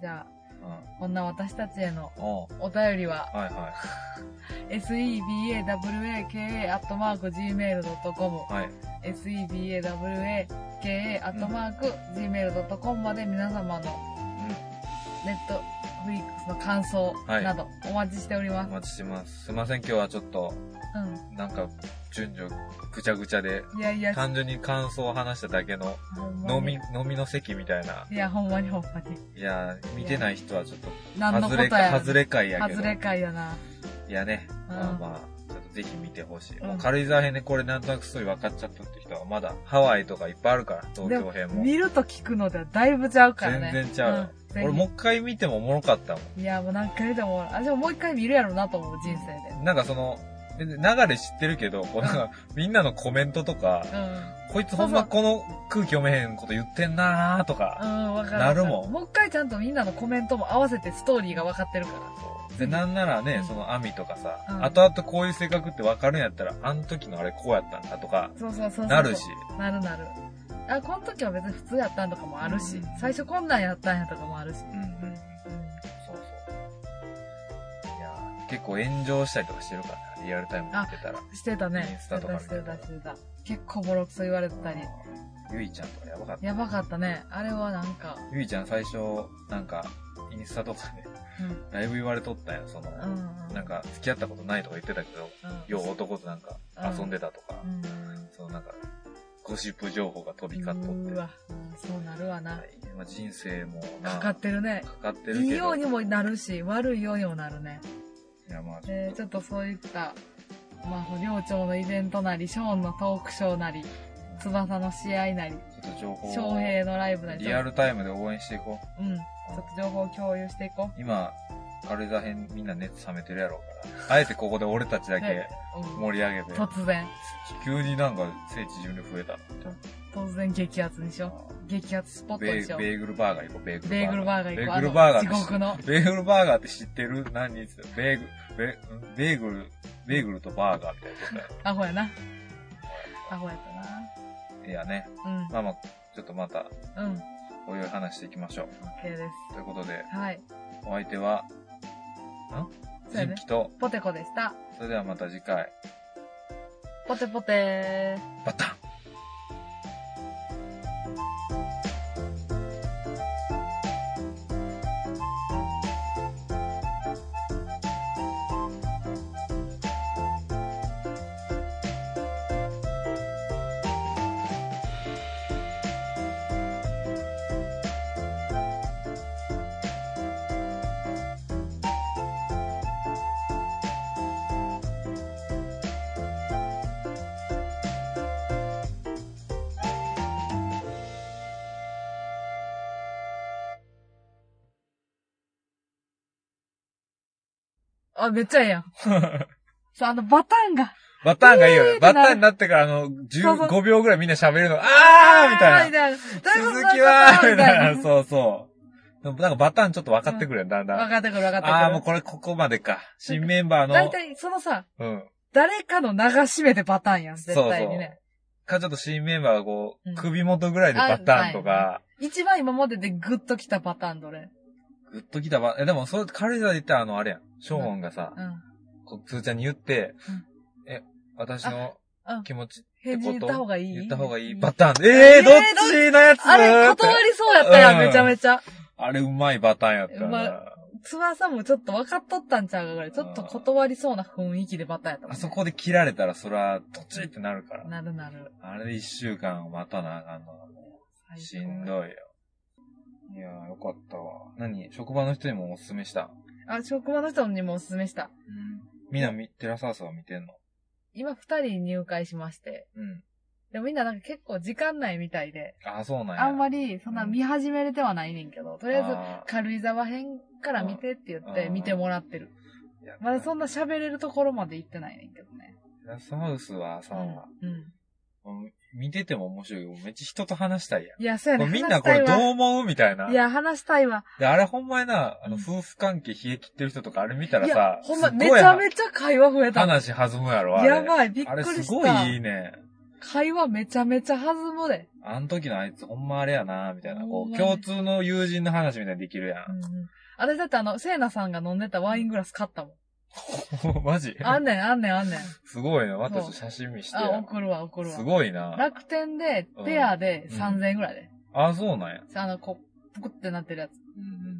B: じゃあ、
A: うん。
B: こんな私たちへの
A: おう
B: お便りは、
A: はいは
B: sebawaka.gmail.com
A: い。はい。
B: sebawaka.gmail.com まで皆様
A: う
B: のネットフリックスの感想
A: はい
B: などお待ちしておりま
A: ん。お
B: す。
A: 待ちしてます。すいません、今日はちょっと、なんか、順序、ぐちゃぐちゃで、
B: うん。いやいや、
A: 単純に感想を話しただけの、
B: ほんまに
A: 飲み、飲みの席みたいな。
B: いや、ほんまにほんまに。
A: いやー、見てない人はちょっと、
B: 何のこ
A: 外
B: と
A: れ、
B: や。
A: 外れ会やけど。
B: 外れ会やな。
A: いやね、
B: うん
A: まあまあ、ちょっとぜひ見てほしい。
B: うん
A: もう軽井沢編でこれなんとなくすごい分かっちゃったって人は、まだハワイとかいっぱいあるから、東京編も。
B: 見ると聞くのではだいぶちゃうからね。
A: 全然ちゃうよ。
B: んぜひ
A: 俺もう一回見てもおもろかったも
B: いや、もう何回見てもおもろい、あ、でももう一回見るやろうなと思う、人生で。
A: ん。なんかその、別に流れ知ってるけど、こうなんか、みんなのコメントとか、
B: う
A: こいつほんまこの空気読めへんこと言ってんなーとか、
B: ん。うん、わかる。
A: なるもん
B: もう一回ちゃんとみんなのコメントも合わせてストーリーが分かってるから。
A: で、なんならね、
B: うん
A: その網とかさ、
B: うん
A: 後々こういう性格って分かるんやったら、あの時のあれこうやったんだとか、
B: そうそうそうそう。
A: なるし。。
B: なるなる。あ、この時は別に普通やったんとかもあるし、
A: うん
B: 最初こんなんやったんやとかもあるし。
A: うんうんうん。そうそう。いやー結構炎上したりとかしてるからな、リアルタイムで見てたら。
B: してたね。
A: インスタとか
B: してたしてたしてた。結構ボロクソ言われてたり。
A: ゆいちゃんとかやばかった。
B: やばかったね。あれはなんか、
A: ゆいちゃん最初、なんか、インスタとかで、
B: うん。
A: だいぶ言われとったんよ、その、
B: うん。
A: なん、か、付き合ったことないとか言ってたけど、
B: うん、
A: よう男となんか
B: うん
A: 遊んでたとか
B: う、ん。
A: そのなんか、ゴシップ情報が飛び交っとって。
B: うわ、うんそうなるわな。
A: まあ、人生もな、
B: かかってるね。
A: かかってる
B: いい
A: け
B: よ
A: ど、
B: うに
A: い
B: もなるし、悪いようにもなるね。
A: やまあちょ
B: え
A: っ
B: ーち
A: と、
B: ょっとそういった、まあ、寮長のイベントなり、ショーンのトークショーなり、翼の試合なり、
A: ちょっと情報
B: 翔
A: を
B: 平のライブなり、
A: リアルタイムで応援していこう。
B: うん。ちょっと情報を共有していこ
A: 今、軽井沢編みんな熱冷めてるやろうから。あえてここで俺たちだけ
B: ねう。うん、
A: 盛り上げて、
B: 突然、
A: 急になんか聖地巡礼増えたって
B: 突然激アツにしよう。激アツスポット
A: ベ
B: にし
A: ー
B: よう。
A: ベーグルバーガー行こう、ベーグルバーガー。
B: ベーグルバーガ
A: ベ
B: ー行こう。
A: ーグルバーガー
B: あの地
A: って知
B: 獄の。
A: ベーグルバーガーって知ってる何言ってたベーグル、ベーんベーグル、ベーグルとバーガーみたいなことや
B: アホやな。アホやっ
A: いやね。
B: たな。
A: まあまあ、ちょっとまた、
B: うん。うん。
A: おいおい話していきましょう。
B: OK です。
A: ということで、
B: はい。
A: お相手は、ん
B: そうや
A: 人
B: ね
A: 気と、
B: ポテコでした。
A: それではまた次回、
B: ポテポテー。
A: バタン
B: あ、めっちゃええやん。そう、あの、バタンが、
A: バターンがいいよ
B: え
A: ね。
B: ーって
A: バ
B: なる
A: ターンになってから、あの、
B: そうそう
A: 15秒ぐらいみんな喋るの、あーみたいな。
B: な。みたいな。
A: 続きは
B: どうい
A: み
B: うこと
A: たいな。
B: み
A: そうそう。でもなんかバターンちょっと分かってくるよ、だんだ
B: 分
A: ん。
B: かってくる分かってくる。
A: あーもうこれここまでか。新メンバーの。
B: 大体、そのさ、
A: うん。
B: 誰かの流し目でパターンやん、絶
A: そう
B: 対
A: そ
B: に
A: う
B: ね。。
A: か、ちょっと新メンバーがこ
B: うん
A: う、首元ぐらいでバターンと
B: あ
A: か、
B: 一番今まででグッときたパターンどれ
A: ぐっときたば、え、でも、そう、軽井沢で言ったらあの、あれやん。ショーンがさ
B: う、ん。
A: こう、つーちゃんに言って
B: うん、
A: え、私の
B: あうん
A: 気持ちって
B: 返
A: こと
B: 事言った方がいい
A: 言った方がいいバターン。え
B: え
A: え
B: ー
A: どっちのやつ
B: あれ、
A: って
B: 断りそうやったやん、
A: うん
B: めちゃめちゃ。
A: あれ、うまいバターンやった
B: う
A: な
B: ま。翼もちょっと分かっとったんちゃうかぐらい、ちょっと断りそうな雰囲気でバターンやったもん
A: あ
B: ね
A: そこで切られたら、そら、どっちってなるから。
B: なるなる。
A: あれで一週間待たなあかんのがもう、しん
B: い。
A: どいよ。いやー、よかったわ。何職場の人にもおすすめした。
B: あ、職場の人にもおすすめした。
A: みんなみ、テラサウスは見てんの
B: 今二人入会しまして。
A: うん。
B: でもみんななんか結構時間内みたいで、
A: あー、そうなんや。
B: あんま
A: り、
B: りそんな見始めれてはないねんけど、とりあえず
A: あ
B: 軽井沢編から見てって言って
A: うん
B: 見てもらってる。
A: ー、や
B: まだそんな喋れるところまで行ってないねんけどね。
A: テラサウスはさ、
B: うん。うん
A: もう見てても面白いけどめっちゃ人と話したいやん。
B: いや、そうやね
A: これみんなこれ
B: 話し
A: ど
B: たいうわ
A: 思うみたいな。
B: いや、話したいわ。
A: で、あれほんまやな、あの、
B: うん
A: 夫婦関係冷え切ってる人とかあれ見たら
B: いや
A: さ、、
B: ほんま、
A: すご
B: め
A: い
B: ちゃめちゃ会話増えた。
A: 話弾むやろ、あれ。
B: やばい、びっ
A: あれ
B: く
A: す
B: り
A: ご
B: し
A: い
B: た。
A: いいね。
B: 会話めちゃめちゃ弾むで。
A: あの時のあいつほんまあれやな、みたいな。
B: ほ
A: こ
B: ん
A: う、
B: まね
A: 共通の友人の話みたいにできるや
B: うんうん。私だってあの、聖奈さんが飲んでたワイングラス買ったもん。
A: ん。マジ
B: あんねん、あんねん、あんねん。
A: すごいな。またちょっと写真見して
B: あ、
A: や。
B: 送るわ、送るわ。
A: すごいな。
B: 楽天で
A: う、ん
B: ペアで
A: うん
B: 3000円ぐらいで。
A: あ、そうなんや。
B: あの、こう、ぷくってなってるやつ。
A: うん